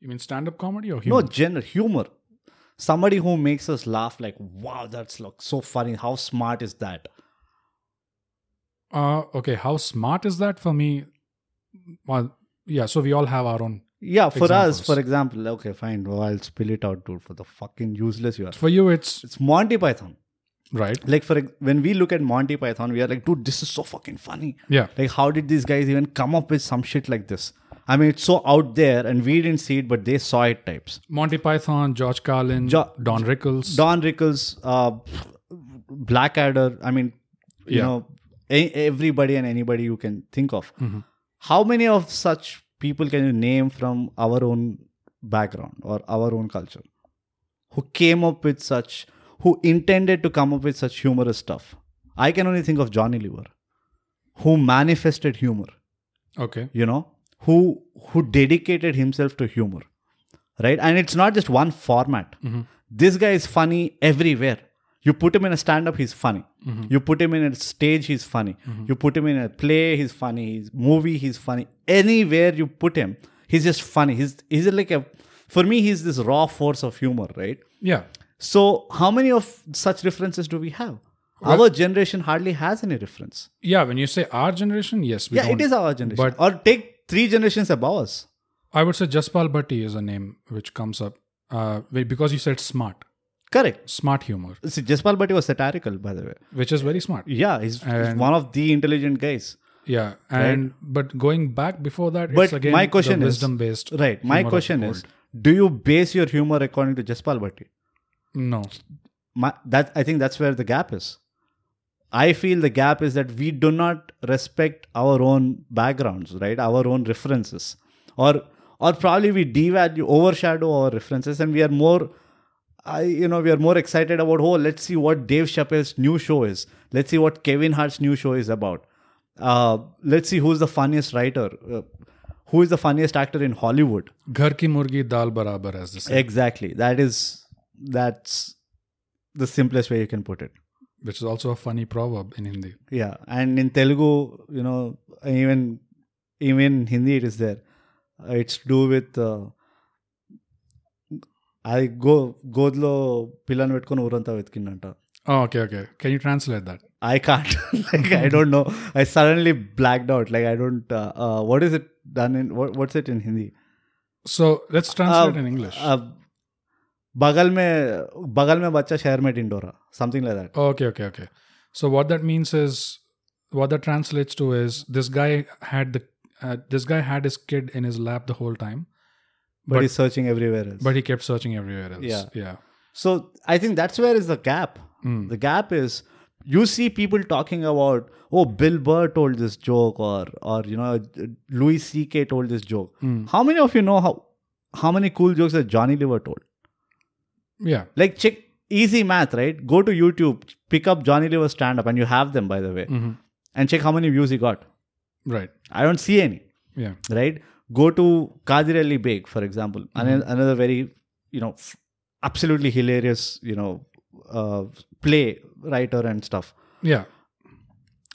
[SPEAKER 1] You mean stand up comedy or humor?
[SPEAKER 2] no genre humor somebody who makes us laugh like wow that's like so funny how smart is that
[SPEAKER 1] Uh, okay, how smart is that for me? Well, yeah, so we all have our own.
[SPEAKER 2] yeah for us
[SPEAKER 1] Examples.
[SPEAKER 2] for example okay fine well, i'll spill it out dude for the fucking useless you are
[SPEAKER 1] For you, it's
[SPEAKER 2] it's monty python
[SPEAKER 1] right.
[SPEAKER 2] like for ex- when we look at monty python we are like dude this is so fucking funny
[SPEAKER 1] Yeah,
[SPEAKER 2] like how did these guys even come up with some shit like this i mean it's so out there and we didn't see it but they saw it types
[SPEAKER 1] Monty Python, George Carlin,
[SPEAKER 2] Jo-
[SPEAKER 1] Don Rickles.
[SPEAKER 2] don rickles uh blackadder i mean you
[SPEAKER 1] Yeah.
[SPEAKER 2] know a- everybody and anybody you can think of
[SPEAKER 1] Mm-hmm.
[SPEAKER 2] how many of such people can you name from our own background or our own culture who came up with such who intended to come up with such humorous stuff i can only think of johnny lever who manifested humor
[SPEAKER 1] okay,
[SPEAKER 2] you know who who dedicated himself to humor right and it's not just one format
[SPEAKER 1] Mm-hmm.
[SPEAKER 2] this guy is funny everywhere you put him in a stand up he's funny
[SPEAKER 1] Mm-hmm.
[SPEAKER 2] you put him in a stage he's funny you put him in a play he's funny he's movie he's funny anywhere you put him he's just funny he's he's like a for me he's this raw force of humor right
[SPEAKER 1] Yeah.
[SPEAKER 2] so how many of such references do we have our generation hardly has any reference
[SPEAKER 1] Yeah. When you say our generation, yes. We
[SPEAKER 2] yeah it
[SPEAKER 1] don't-
[SPEAKER 2] is our generation
[SPEAKER 1] But-
[SPEAKER 2] or take three generations above us
[SPEAKER 1] I would say Jaspal Bhatti is a name which comes up uh, wait, because you said smart,
[SPEAKER 2] correct
[SPEAKER 1] smart humor,
[SPEAKER 2] see jaspal bhatti was satirical by the way
[SPEAKER 1] which is very smart.
[SPEAKER 2] yeah he's, he's
[SPEAKER 1] And-
[SPEAKER 2] one of the intelligent guys
[SPEAKER 1] Yeah. And but going back before that,
[SPEAKER 2] But
[SPEAKER 1] it's again
[SPEAKER 2] my question
[SPEAKER 1] the
[SPEAKER 2] is-
[SPEAKER 1] wisdom based.
[SPEAKER 2] right my
[SPEAKER 1] humor of
[SPEAKER 2] question
[SPEAKER 1] the
[SPEAKER 2] is
[SPEAKER 1] world.
[SPEAKER 2] do you base your humor according to jaspal bhatti
[SPEAKER 1] no.
[SPEAKER 2] my, that I think that's where the gap is. I feel the gap is that we do not respect our own backgrounds, right? Our own references, or or probably we devalue, overshadow our references, and we are more, I you know, we are more excited about oh, let's see what Dave Chappelle's new show is. Let's see what Kevin Hart's new show is about. Uh, let's see who's the funniest writer, uh, who is the funniest actor in Hollywood.
[SPEAKER 1] Ghar ki murgi dal barabar as this,
[SPEAKER 2] Exactly. That is that's the simplest way you can put it.
[SPEAKER 1] which is also a funny proverb in Hindi.
[SPEAKER 2] Yeah, and in Telugu, you know, even even in Hindi, it is there. Uh, it's to do with uh, I go godlo pillan petkoni uranta vetkinnanta.
[SPEAKER 1] Oh, okay, okay. Can you translate that?
[SPEAKER 2] I can't. like I don't know. I suddenly blacked out. Like I don't. Uh, uh, what is it done in? What, what's it in Hindi?
[SPEAKER 1] So let's translate
[SPEAKER 2] Uh,
[SPEAKER 1] in English.
[SPEAKER 2] Uh, बगल में बगल में बच्चा शहर में डिंडोरा something like that
[SPEAKER 1] okay, okay, okay. So what that means is, what that translates to is, this guy had the uh, this guy had his kid in his lap the whole time,
[SPEAKER 2] but is searching everywhere else
[SPEAKER 1] but he kept searching everywhere else.
[SPEAKER 2] Yeah.
[SPEAKER 1] yeah. Mm.
[SPEAKER 2] So I think that's where is the gap. The gap is you see people talking about oh Bill Burr told this joke or or you know Louis C.K. told this joke.
[SPEAKER 1] Mm.
[SPEAKER 2] How many of you know how how many cool jokes that Johnny Lever told?
[SPEAKER 1] Yeah.
[SPEAKER 2] Like check easy math, right? Go to YouTube, pick up Johnny Lever stand up, and you have them by the way, and check how many views he got.
[SPEAKER 1] Mm-hmm. Right.
[SPEAKER 2] I don't see any
[SPEAKER 1] Yeah.
[SPEAKER 2] right? Go to Kadir Ali Beg, for example, ano- another very, you know, f- absolutely hilarious, you know, uh, play writer and stuff.
[SPEAKER 1] Yeah.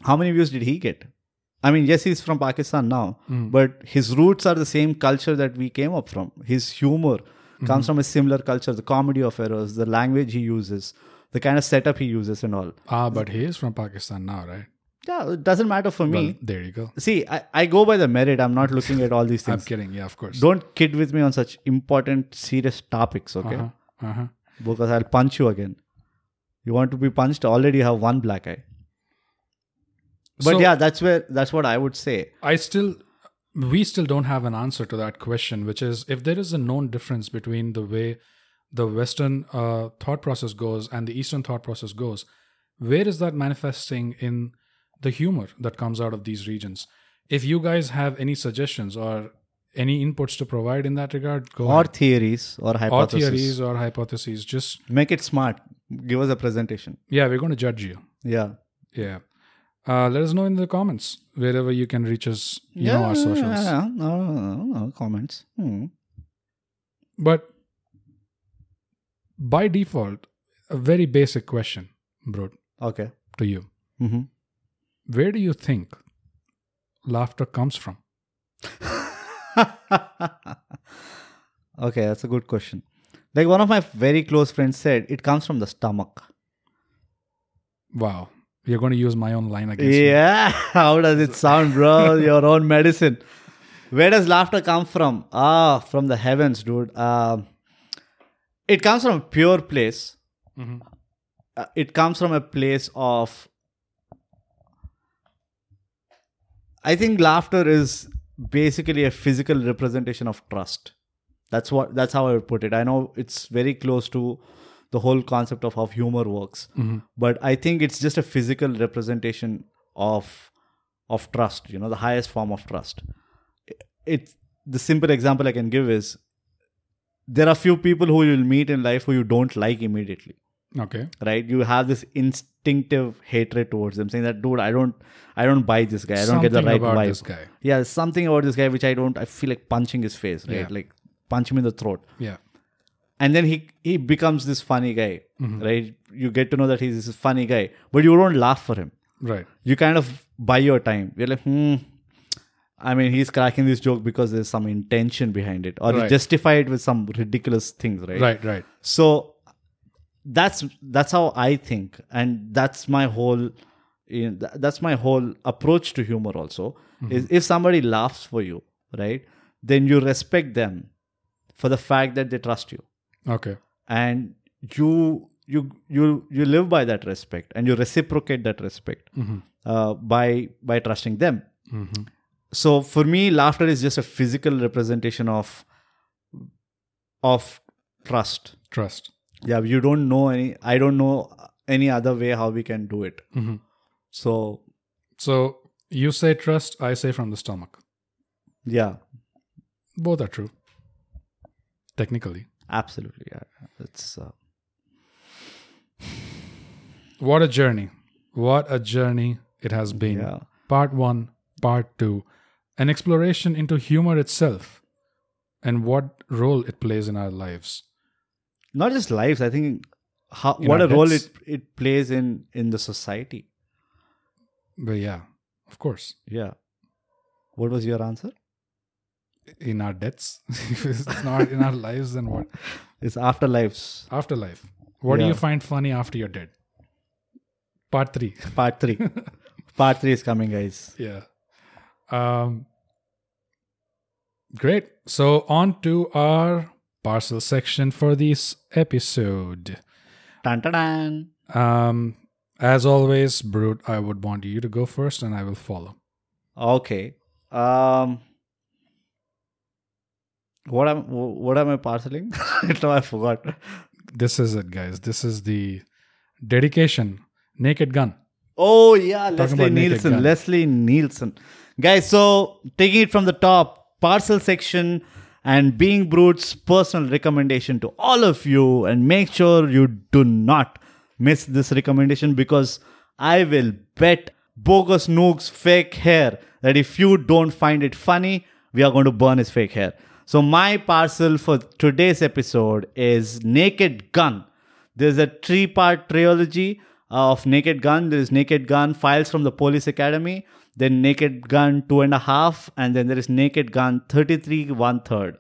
[SPEAKER 2] How many views did he get? I mean, yes, he's from Pakistan now,
[SPEAKER 1] Hmm.
[SPEAKER 2] but his roots are the same culture that we came up from. His humor
[SPEAKER 1] Hmm.
[SPEAKER 2] comes from a similar culture, the comedy of errors, the language he uses, the kind of setup he uses, and all.
[SPEAKER 1] Ah, but he is from Pakistan now, right?
[SPEAKER 2] Yeah, it doesn't matter for me.
[SPEAKER 1] Well, there you go.
[SPEAKER 2] See, I, I go by the merit. I'm not looking at all these
[SPEAKER 1] I'm
[SPEAKER 2] things.
[SPEAKER 1] kidding. Yeah, of course.
[SPEAKER 2] don't kid with me on such important serious topics okay
[SPEAKER 1] Uh-huh. Uh-huh.
[SPEAKER 2] because i'll punch you again you want to be punched already you have one black eye but
[SPEAKER 1] So-
[SPEAKER 2] yeah that's where that's what i would say
[SPEAKER 1] I still, we still don't have an answer to that question, which is if there is a known difference between the way the Western uh, thought process goes and the Eastern thought process goes, where is that manifesting in the humor that comes out of these regions? If you guys have any suggestions or any inputs to provide in that regard, go
[SPEAKER 2] or
[SPEAKER 1] ahead.
[SPEAKER 2] theories or
[SPEAKER 1] or
[SPEAKER 2] hypotheses
[SPEAKER 1] theories or hypotheses. Just
[SPEAKER 2] make it smart give us a presentation
[SPEAKER 1] yeah, we're going to judge you.
[SPEAKER 2] yeah
[SPEAKER 1] Yeah. Uh, let us know in the comments wherever you can reach us. You know our socials.
[SPEAKER 2] yeah, no, no, no, no, comments Hmm.
[SPEAKER 1] But by default, a very basic question, bro,
[SPEAKER 2] okay
[SPEAKER 1] to you.
[SPEAKER 2] hmm
[SPEAKER 1] Where do you think laughter comes from?
[SPEAKER 2] okay that's a good question like one of my very close friends said it comes from the stomach
[SPEAKER 1] Wow. You're going to use my own line against me.
[SPEAKER 2] Yeah, how does it sound, bro? Your own medicine. Where does laughter come from? Ah, from the heavens, dude. Um, it comes from a pure place.
[SPEAKER 1] Mhm.
[SPEAKER 2] Uh, it comes from a place of. I think laughter is basically a physical representation of trust. That's what. That's how I would put it. I know it's very close to the whole concept of how humor works
[SPEAKER 1] Mm-hmm.
[SPEAKER 2] but i think it's just a physical representation of of trust you know the highest form of trust It- it's the simple example i can give is there are few people who you'll meet in life who you don't like immediately
[SPEAKER 1] Okay.
[SPEAKER 2] right you have this instinctive hatred towards them saying that dude i don't i don't buy this guy i don't get the
[SPEAKER 1] Something
[SPEAKER 2] right
[SPEAKER 1] about
[SPEAKER 2] vibe
[SPEAKER 1] this guy.
[SPEAKER 2] yeah there's something about this guy which i don't i feel like punching his face right
[SPEAKER 1] Yeah.
[SPEAKER 2] like punch him in the throat
[SPEAKER 1] Yeah.
[SPEAKER 2] and then he he becomes this funny guy
[SPEAKER 1] Mm-hmm.
[SPEAKER 2] right you get to know that he's this funny guy but you don't laugh for him
[SPEAKER 1] Right.
[SPEAKER 2] you kind of buy your time you're like hmm I mean, he's cracking this joke because there's some intention behind it, or
[SPEAKER 1] Right.
[SPEAKER 2] he justify it with some ridiculous things, right?
[SPEAKER 1] Right, right.
[SPEAKER 2] So that's that's how I think, and that's my whole you know, tha- that's my whole approach to humor. Also, is if somebody laughs for you, right, then you respect them for the fact that they trust you,
[SPEAKER 1] Okay.
[SPEAKER 2] and you you you you live by that respect, and you reciprocate that respect
[SPEAKER 1] Mhm.
[SPEAKER 2] uh, by by trusting them
[SPEAKER 1] hmm
[SPEAKER 2] so for me laughter is just a physical representation of of trust
[SPEAKER 1] Trust.
[SPEAKER 2] yeah you don't know any i don't know any other way how we can do it
[SPEAKER 1] hmm
[SPEAKER 2] so
[SPEAKER 1] So you say trust, I say from the stomach.
[SPEAKER 2] yeah
[SPEAKER 1] Both are true. Technically.
[SPEAKER 2] absolutely yeah it's uh,
[SPEAKER 1] What a journey. What a journey it has been.
[SPEAKER 2] yeah
[SPEAKER 1] Part one, part two. An exploration into humor itself and what role it plays in our lives.
[SPEAKER 2] not just lives i think how,
[SPEAKER 1] In
[SPEAKER 2] what
[SPEAKER 1] our
[SPEAKER 2] a role
[SPEAKER 1] heads.
[SPEAKER 2] it it plays in in the society
[SPEAKER 1] But yeah, of course.
[SPEAKER 2] yeah what was your answer
[SPEAKER 1] In our deaths. if it's not in our lives, then what?
[SPEAKER 2] it's afterlives
[SPEAKER 1] Afterlife. What do
[SPEAKER 2] Yeah.
[SPEAKER 1] you find funny after you're dead? Part three.
[SPEAKER 2] part 3 part 3 is coming guys
[SPEAKER 1] Yeah. Um, great. So on to our parcel section for this episode.
[SPEAKER 2] dun, dun, dun.
[SPEAKER 1] Um, as always, Brute, I would want you to go first and I will follow.
[SPEAKER 2] Okay. Um. What am wh- what am I parceling? no, I forgot.
[SPEAKER 1] This is it, guys. This is the dedication. Naked Gun.
[SPEAKER 2] Oh yeah, Leslie
[SPEAKER 1] about Naked
[SPEAKER 2] Nielsen.
[SPEAKER 1] Gun.
[SPEAKER 2] Leslie Nielsen, guys. So taking it from the top, parcel section, and being Brute's personal recommendation to all of you, and make sure you do not miss this recommendation because I will bet bogus nooks fake hair that if you don't find it funny, we are going to burn his fake hair. So my parcel for today's episode is Naked Gun. There's a three part trilogy uh, of Naked Gun. There's Naked Gun Files from the Police Academy, then Naked Gun Two and a Half, and then there is Naked Gun 33 One Third.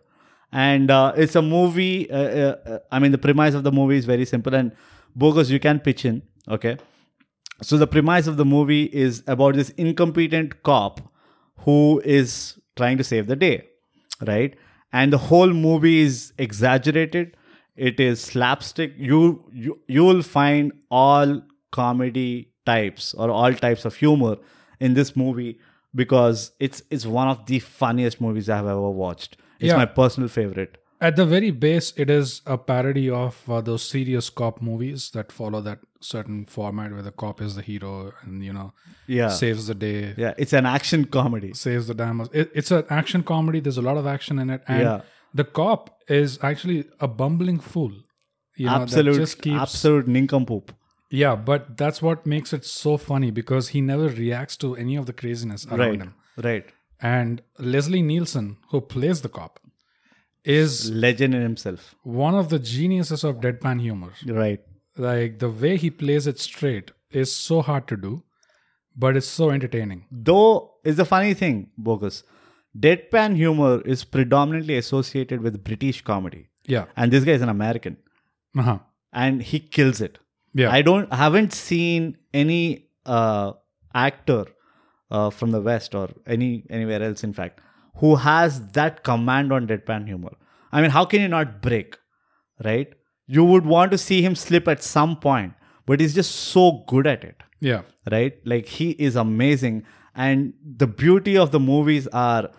[SPEAKER 2] And uh, it's a movie. Uh, uh, uh, I mean, the premise of the movie is very simple. And Bogus, you can pitch in. Okay. So the premise of the movie is about this incompetent cop who is trying to save the day, right? And the whole movie is exaggerated. It is slapstick. You you you will find all comedy types or all types of humor in this movie because it's it's one of the funniest movies I have ever watched. It's
[SPEAKER 1] Yeah.
[SPEAKER 2] my personal favorite.
[SPEAKER 1] At the very base, it is a parody of uh, those serious cop movies that follow that certain format where the cop is the hero and, you know,
[SPEAKER 2] Yeah.
[SPEAKER 1] saves the day.
[SPEAKER 2] Yeah, it's an action comedy.
[SPEAKER 1] saves the damn. It, it's an action comedy. There's a lot of action in it, and
[SPEAKER 2] Yeah.
[SPEAKER 1] the cop is actually a bumbling fool. You know, that
[SPEAKER 2] absolute
[SPEAKER 1] just keeps,
[SPEAKER 2] absolute nincompoop.
[SPEAKER 1] Yeah, but that's what makes it so funny because he never reacts to any of the craziness around
[SPEAKER 2] Right.
[SPEAKER 1] him.
[SPEAKER 2] Right.
[SPEAKER 1] And Leslie Nielsen, who plays the cop, is
[SPEAKER 2] Legend in himself.
[SPEAKER 1] one of the geniuses of deadpan humor.
[SPEAKER 2] Right.
[SPEAKER 1] Like the way he plays it straight is so hard to do, but it's so entertaining.
[SPEAKER 2] Though is the funny thing, bogus. Deadpan humor is predominantly associated with British comedy,
[SPEAKER 1] Yeah.
[SPEAKER 2] and this guy is an American,
[SPEAKER 1] Uh-huh.
[SPEAKER 2] and he kills it.
[SPEAKER 1] Yeah.
[SPEAKER 2] I don't haven't seen any uh, actor uh, from the West or any anywhere else, in fact, who has that command on deadpan humor. I mean, how can you not break, right? You would want to see him slip at some point, but he's just so good at it
[SPEAKER 1] yeah.
[SPEAKER 2] right like he is amazing and the beauty of the movies are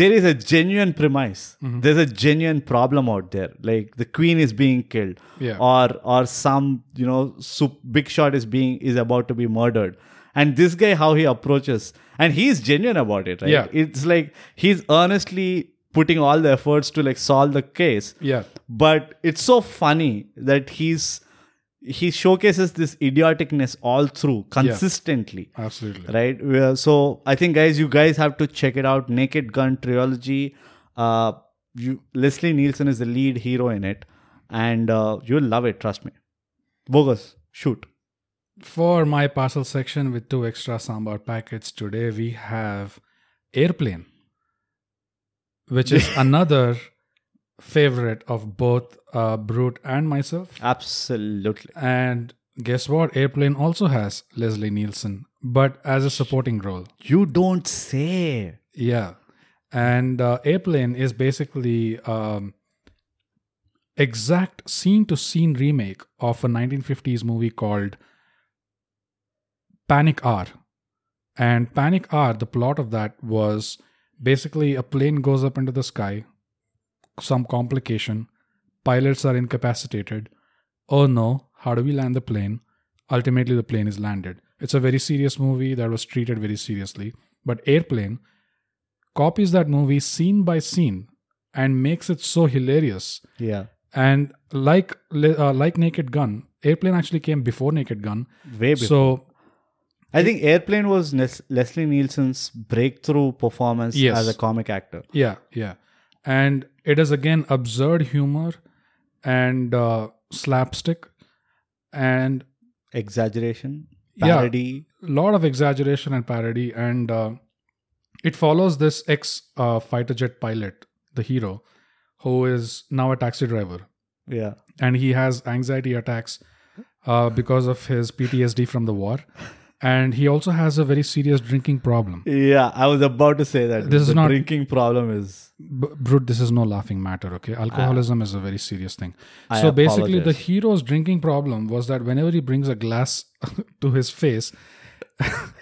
[SPEAKER 2] there is a genuine premise
[SPEAKER 1] Mm-hmm.
[SPEAKER 2] there's a genuine problem out there like the queen is being killed
[SPEAKER 1] Yeah.
[SPEAKER 2] or or some you know sup- big shot is being is about to be murdered and this guy how he approaches and he's genuine about it right
[SPEAKER 1] Yeah.
[SPEAKER 2] it's like he's earnestly putting all the efforts to like solve the case
[SPEAKER 1] Yeah.
[SPEAKER 2] but it's so funny that he's he showcases this idioticness all through consistently
[SPEAKER 1] Absolutely.
[SPEAKER 2] right Well, so i think guys you guys have to check it out naked gun trilogy uh you leslie nielsen is the lead hero in it and uh, you'll love it trust me bogus shoot
[SPEAKER 1] For my parcel section with two extra sambar packets today, we have Airplane, which is another favorite of both uh, Brute and myself.
[SPEAKER 2] Absolutely.
[SPEAKER 1] And guess what? Airplane also has Leslie Nielsen, but as a supporting role.
[SPEAKER 2] You don't say.
[SPEAKER 1] Yeah. And uh, Airplane is basically um, exact scene to scene remake of a 1950s movie called Panic R. And Panic R, the plot of that was basically a plane goes up into the sky, some complication, pilots are incapacitated. Oh no, how do we land the plane? Ultimately, the plane is landed. It's a very serious movie that was treated very seriously. But Airplane copies that movie scene by scene and makes it so hilarious
[SPEAKER 2] Yeah.
[SPEAKER 1] and like uh, like naked gun airplane actually came before naked gun
[SPEAKER 2] Way before.
[SPEAKER 1] so
[SPEAKER 2] I think Airplane was Nes- Leslie Nielsen's breakthrough performance
[SPEAKER 1] Yes.
[SPEAKER 2] as a comic actor.
[SPEAKER 1] yeah yeah and it is again absurd humor and uh, slapstick and
[SPEAKER 2] Exaggeration,
[SPEAKER 1] Yeah.
[SPEAKER 2] parody.
[SPEAKER 1] lot of exaggeration and parody and uh, it follows this ex uh, fighter jet pilot the hero who is now a taxi driver
[SPEAKER 2] Yeah.
[SPEAKER 1] and he has anxiety attacks uh, because of his PTSD from the war. And he also has a very serious drinking problem.
[SPEAKER 2] yeah. I was about to say that.
[SPEAKER 1] This is
[SPEAKER 2] the
[SPEAKER 1] not-
[SPEAKER 2] drinking problem is
[SPEAKER 1] B- Brute, this is no laughing matter, okay? Alcoholism is a very serious thing.
[SPEAKER 2] I
[SPEAKER 1] so basically, the
[SPEAKER 2] apologize.
[SPEAKER 1] hero's drinking problem was that whenever he brings a glass to his face,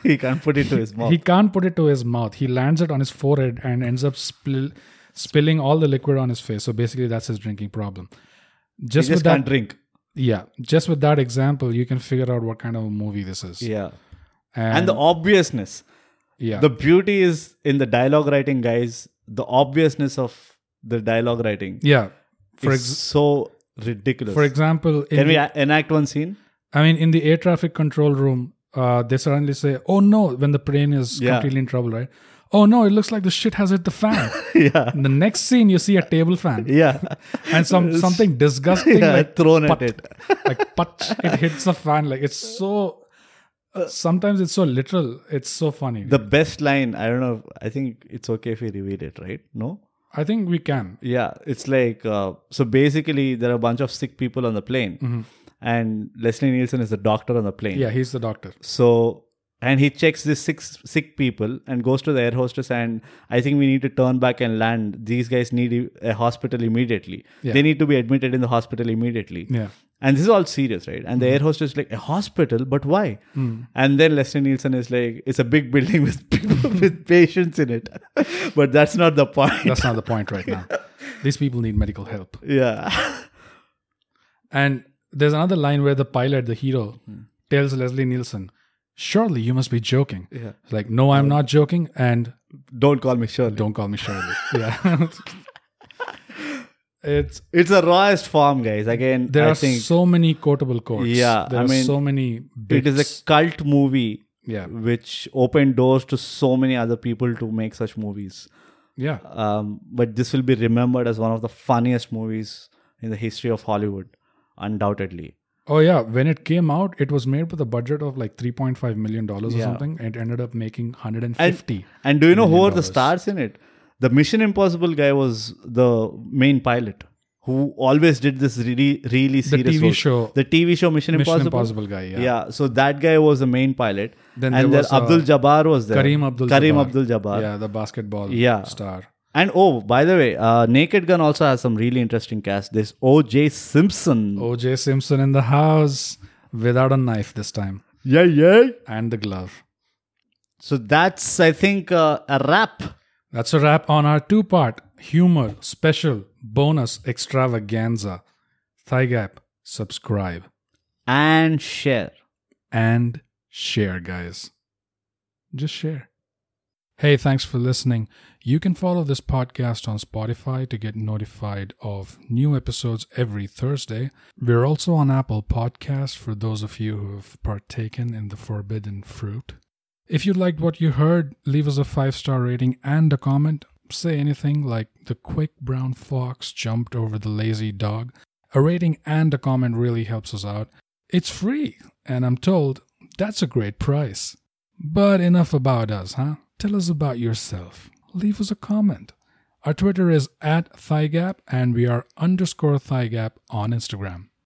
[SPEAKER 2] he can't put it to his mouth.
[SPEAKER 1] he can't put it to his mouth. He lands it on his forehead and ends up spill, spilling all the liquid on his face. So basically, that's his drinking problem.
[SPEAKER 2] He
[SPEAKER 1] Just,
[SPEAKER 2] just
[SPEAKER 1] with that,
[SPEAKER 2] can't drink.
[SPEAKER 1] yeah, just with that example, you can figure out what kind of a movie this is.
[SPEAKER 2] Yeah. And the obviousness.
[SPEAKER 1] yeah,
[SPEAKER 2] The beauty is in the dialogue writing, guys. The obviousness of the dialogue writing
[SPEAKER 1] Yeah. For
[SPEAKER 2] is
[SPEAKER 1] ex-
[SPEAKER 2] so ridiculous.
[SPEAKER 1] for example, in
[SPEAKER 2] Can we
[SPEAKER 1] the,
[SPEAKER 2] a- enact one scene?
[SPEAKER 1] I mean, in the air traffic control room, uh, they suddenly say, "Oh no!" when the plane is
[SPEAKER 2] Yeah.
[SPEAKER 1] completely in trouble, right? Oh no! It looks like the shit has hit the fan.
[SPEAKER 2] yeah.
[SPEAKER 1] In the next scene, you see a table fan
[SPEAKER 2] Yeah.
[SPEAKER 1] and some something disgusting
[SPEAKER 2] yeah.
[SPEAKER 1] like
[SPEAKER 2] thrown at
[SPEAKER 1] pat-
[SPEAKER 2] it.
[SPEAKER 1] like patch, it hits the fan. Like it's so. Sometimes it's so literal. It's so funny.
[SPEAKER 2] Uh, The best line, I don't know. I think it's okay if we reveal it, right? No?
[SPEAKER 1] I think we can.
[SPEAKER 2] Yeah. It's like, uh, so basically, there are a bunch of sick people on the plane. And Leslie Nielsen is the doctor on the plane.
[SPEAKER 1] Mm-hmm. Yeah, he's the doctor.
[SPEAKER 2] So, and he checks these six sick people and goes to the air hostess and I think we need to turn back and land. These guys need e, a hospital immediately.
[SPEAKER 1] Yeah.
[SPEAKER 2] They need to be admitted in the hospital immediately.
[SPEAKER 1] Yeah. Mm-hmm.
[SPEAKER 2] And this is all serious, right? And the air hostess is like, a hospital? But why?
[SPEAKER 1] Mm.
[SPEAKER 2] And then Leslie Nielsen is like, it's a big building with people, with patients in it. but that's not the point.
[SPEAKER 1] That's not the point right now. These people need medical help.
[SPEAKER 2] yeah.
[SPEAKER 1] And there's another line where the pilot, the hero,
[SPEAKER 2] Hmm.
[SPEAKER 1] tells Leslie Nielsen, Surely you must be joking.
[SPEAKER 2] Yeah.
[SPEAKER 1] It's like, no, I'm not joking, and
[SPEAKER 2] Don't call me Shirley.
[SPEAKER 1] don't call me Shirley. yeah. it's
[SPEAKER 2] It's a rawest form, guys. Again,
[SPEAKER 1] there
[SPEAKER 2] I
[SPEAKER 1] are
[SPEAKER 2] think
[SPEAKER 1] so many quotable quotes.
[SPEAKER 2] Yeah,
[SPEAKER 1] There
[SPEAKER 2] I
[SPEAKER 1] are
[SPEAKER 2] mean,
[SPEAKER 1] so many
[SPEAKER 2] it
[SPEAKER 1] bits.
[SPEAKER 2] is uh, a cult movie
[SPEAKER 1] yeah.
[SPEAKER 2] which opened doors to so many other people to make such movies.
[SPEAKER 1] Yeah.
[SPEAKER 2] Um, but this will be remembered as one of the funniest movies in the history of Hollywood, undoubtedly.
[SPEAKER 1] Oh yeah. When it came out, it was made with a budget of like three point five million dollars or
[SPEAKER 2] Yeah.
[SPEAKER 1] something. It ended up making hundred and fifty.
[SPEAKER 2] And do you know who
[SPEAKER 1] Million
[SPEAKER 2] are the
[SPEAKER 1] dollars.
[SPEAKER 2] stars in it? The Mission Impossible guy was the main pilot who always did this really, really serious
[SPEAKER 1] TV
[SPEAKER 2] roles.
[SPEAKER 1] show-
[SPEAKER 2] The TV show Mission,
[SPEAKER 1] Mission
[SPEAKER 2] Impossible.
[SPEAKER 1] Impossible guy, yeah.
[SPEAKER 2] So that guy was the main pilot.
[SPEAKER 1] Then there
[SPEAKER 2] and
[SPEAKER 1] was,
[SPEAKER 2] then
[SPEAKER 1] uh,
[SPEAKER 2] Abdul Jabbar was there.
[SPEAKER 1] Kareem Abdul
[SPEAKER 2] Kareem Abdul Jabbar.
[SPEAKER 1] Yeah, the basketball
[SPEAKER 2] Yeah.
[SPEAKER 1] star.
[SPEAKER 2] And oh, by the way, uh, Naked Gun also has some really interesting cast. There's O.J. Simpson.
[SPEAKER 1] OJ Simpson in the house without a knife this time
[SPEAKER 2] Yeah, yeah.
[SPEAKER 1] and the glove.
[SPEAKER 2] So that's, I think, uh, a wrap.
[SPEAKER 1] That's a wrap on our two part humor, special, bonus, extravaganza. Thigh gap, subscribe,
[SPEAKER 2] And share.
[SPEAKER 1] and share, guys. Just share. Hey, thanks for listening. You can follow this podcast on Spotify to get notified of new episodes every Thursday. We're also on Apple Podcasts for those of you who have partaken in the forbidden fruit. If you liked what you heard, leave us a five star rating and a comment. Say anything like the quick brown fox jumped over the lazy dog. A rating and a comment really helps us out. It's free, and I'm told that's a great price. But enough about us, huh? Tell us about yourself. Leave us a comment. Our Twitter is at ThighGap, and we are underscore ThighGap on Instagram.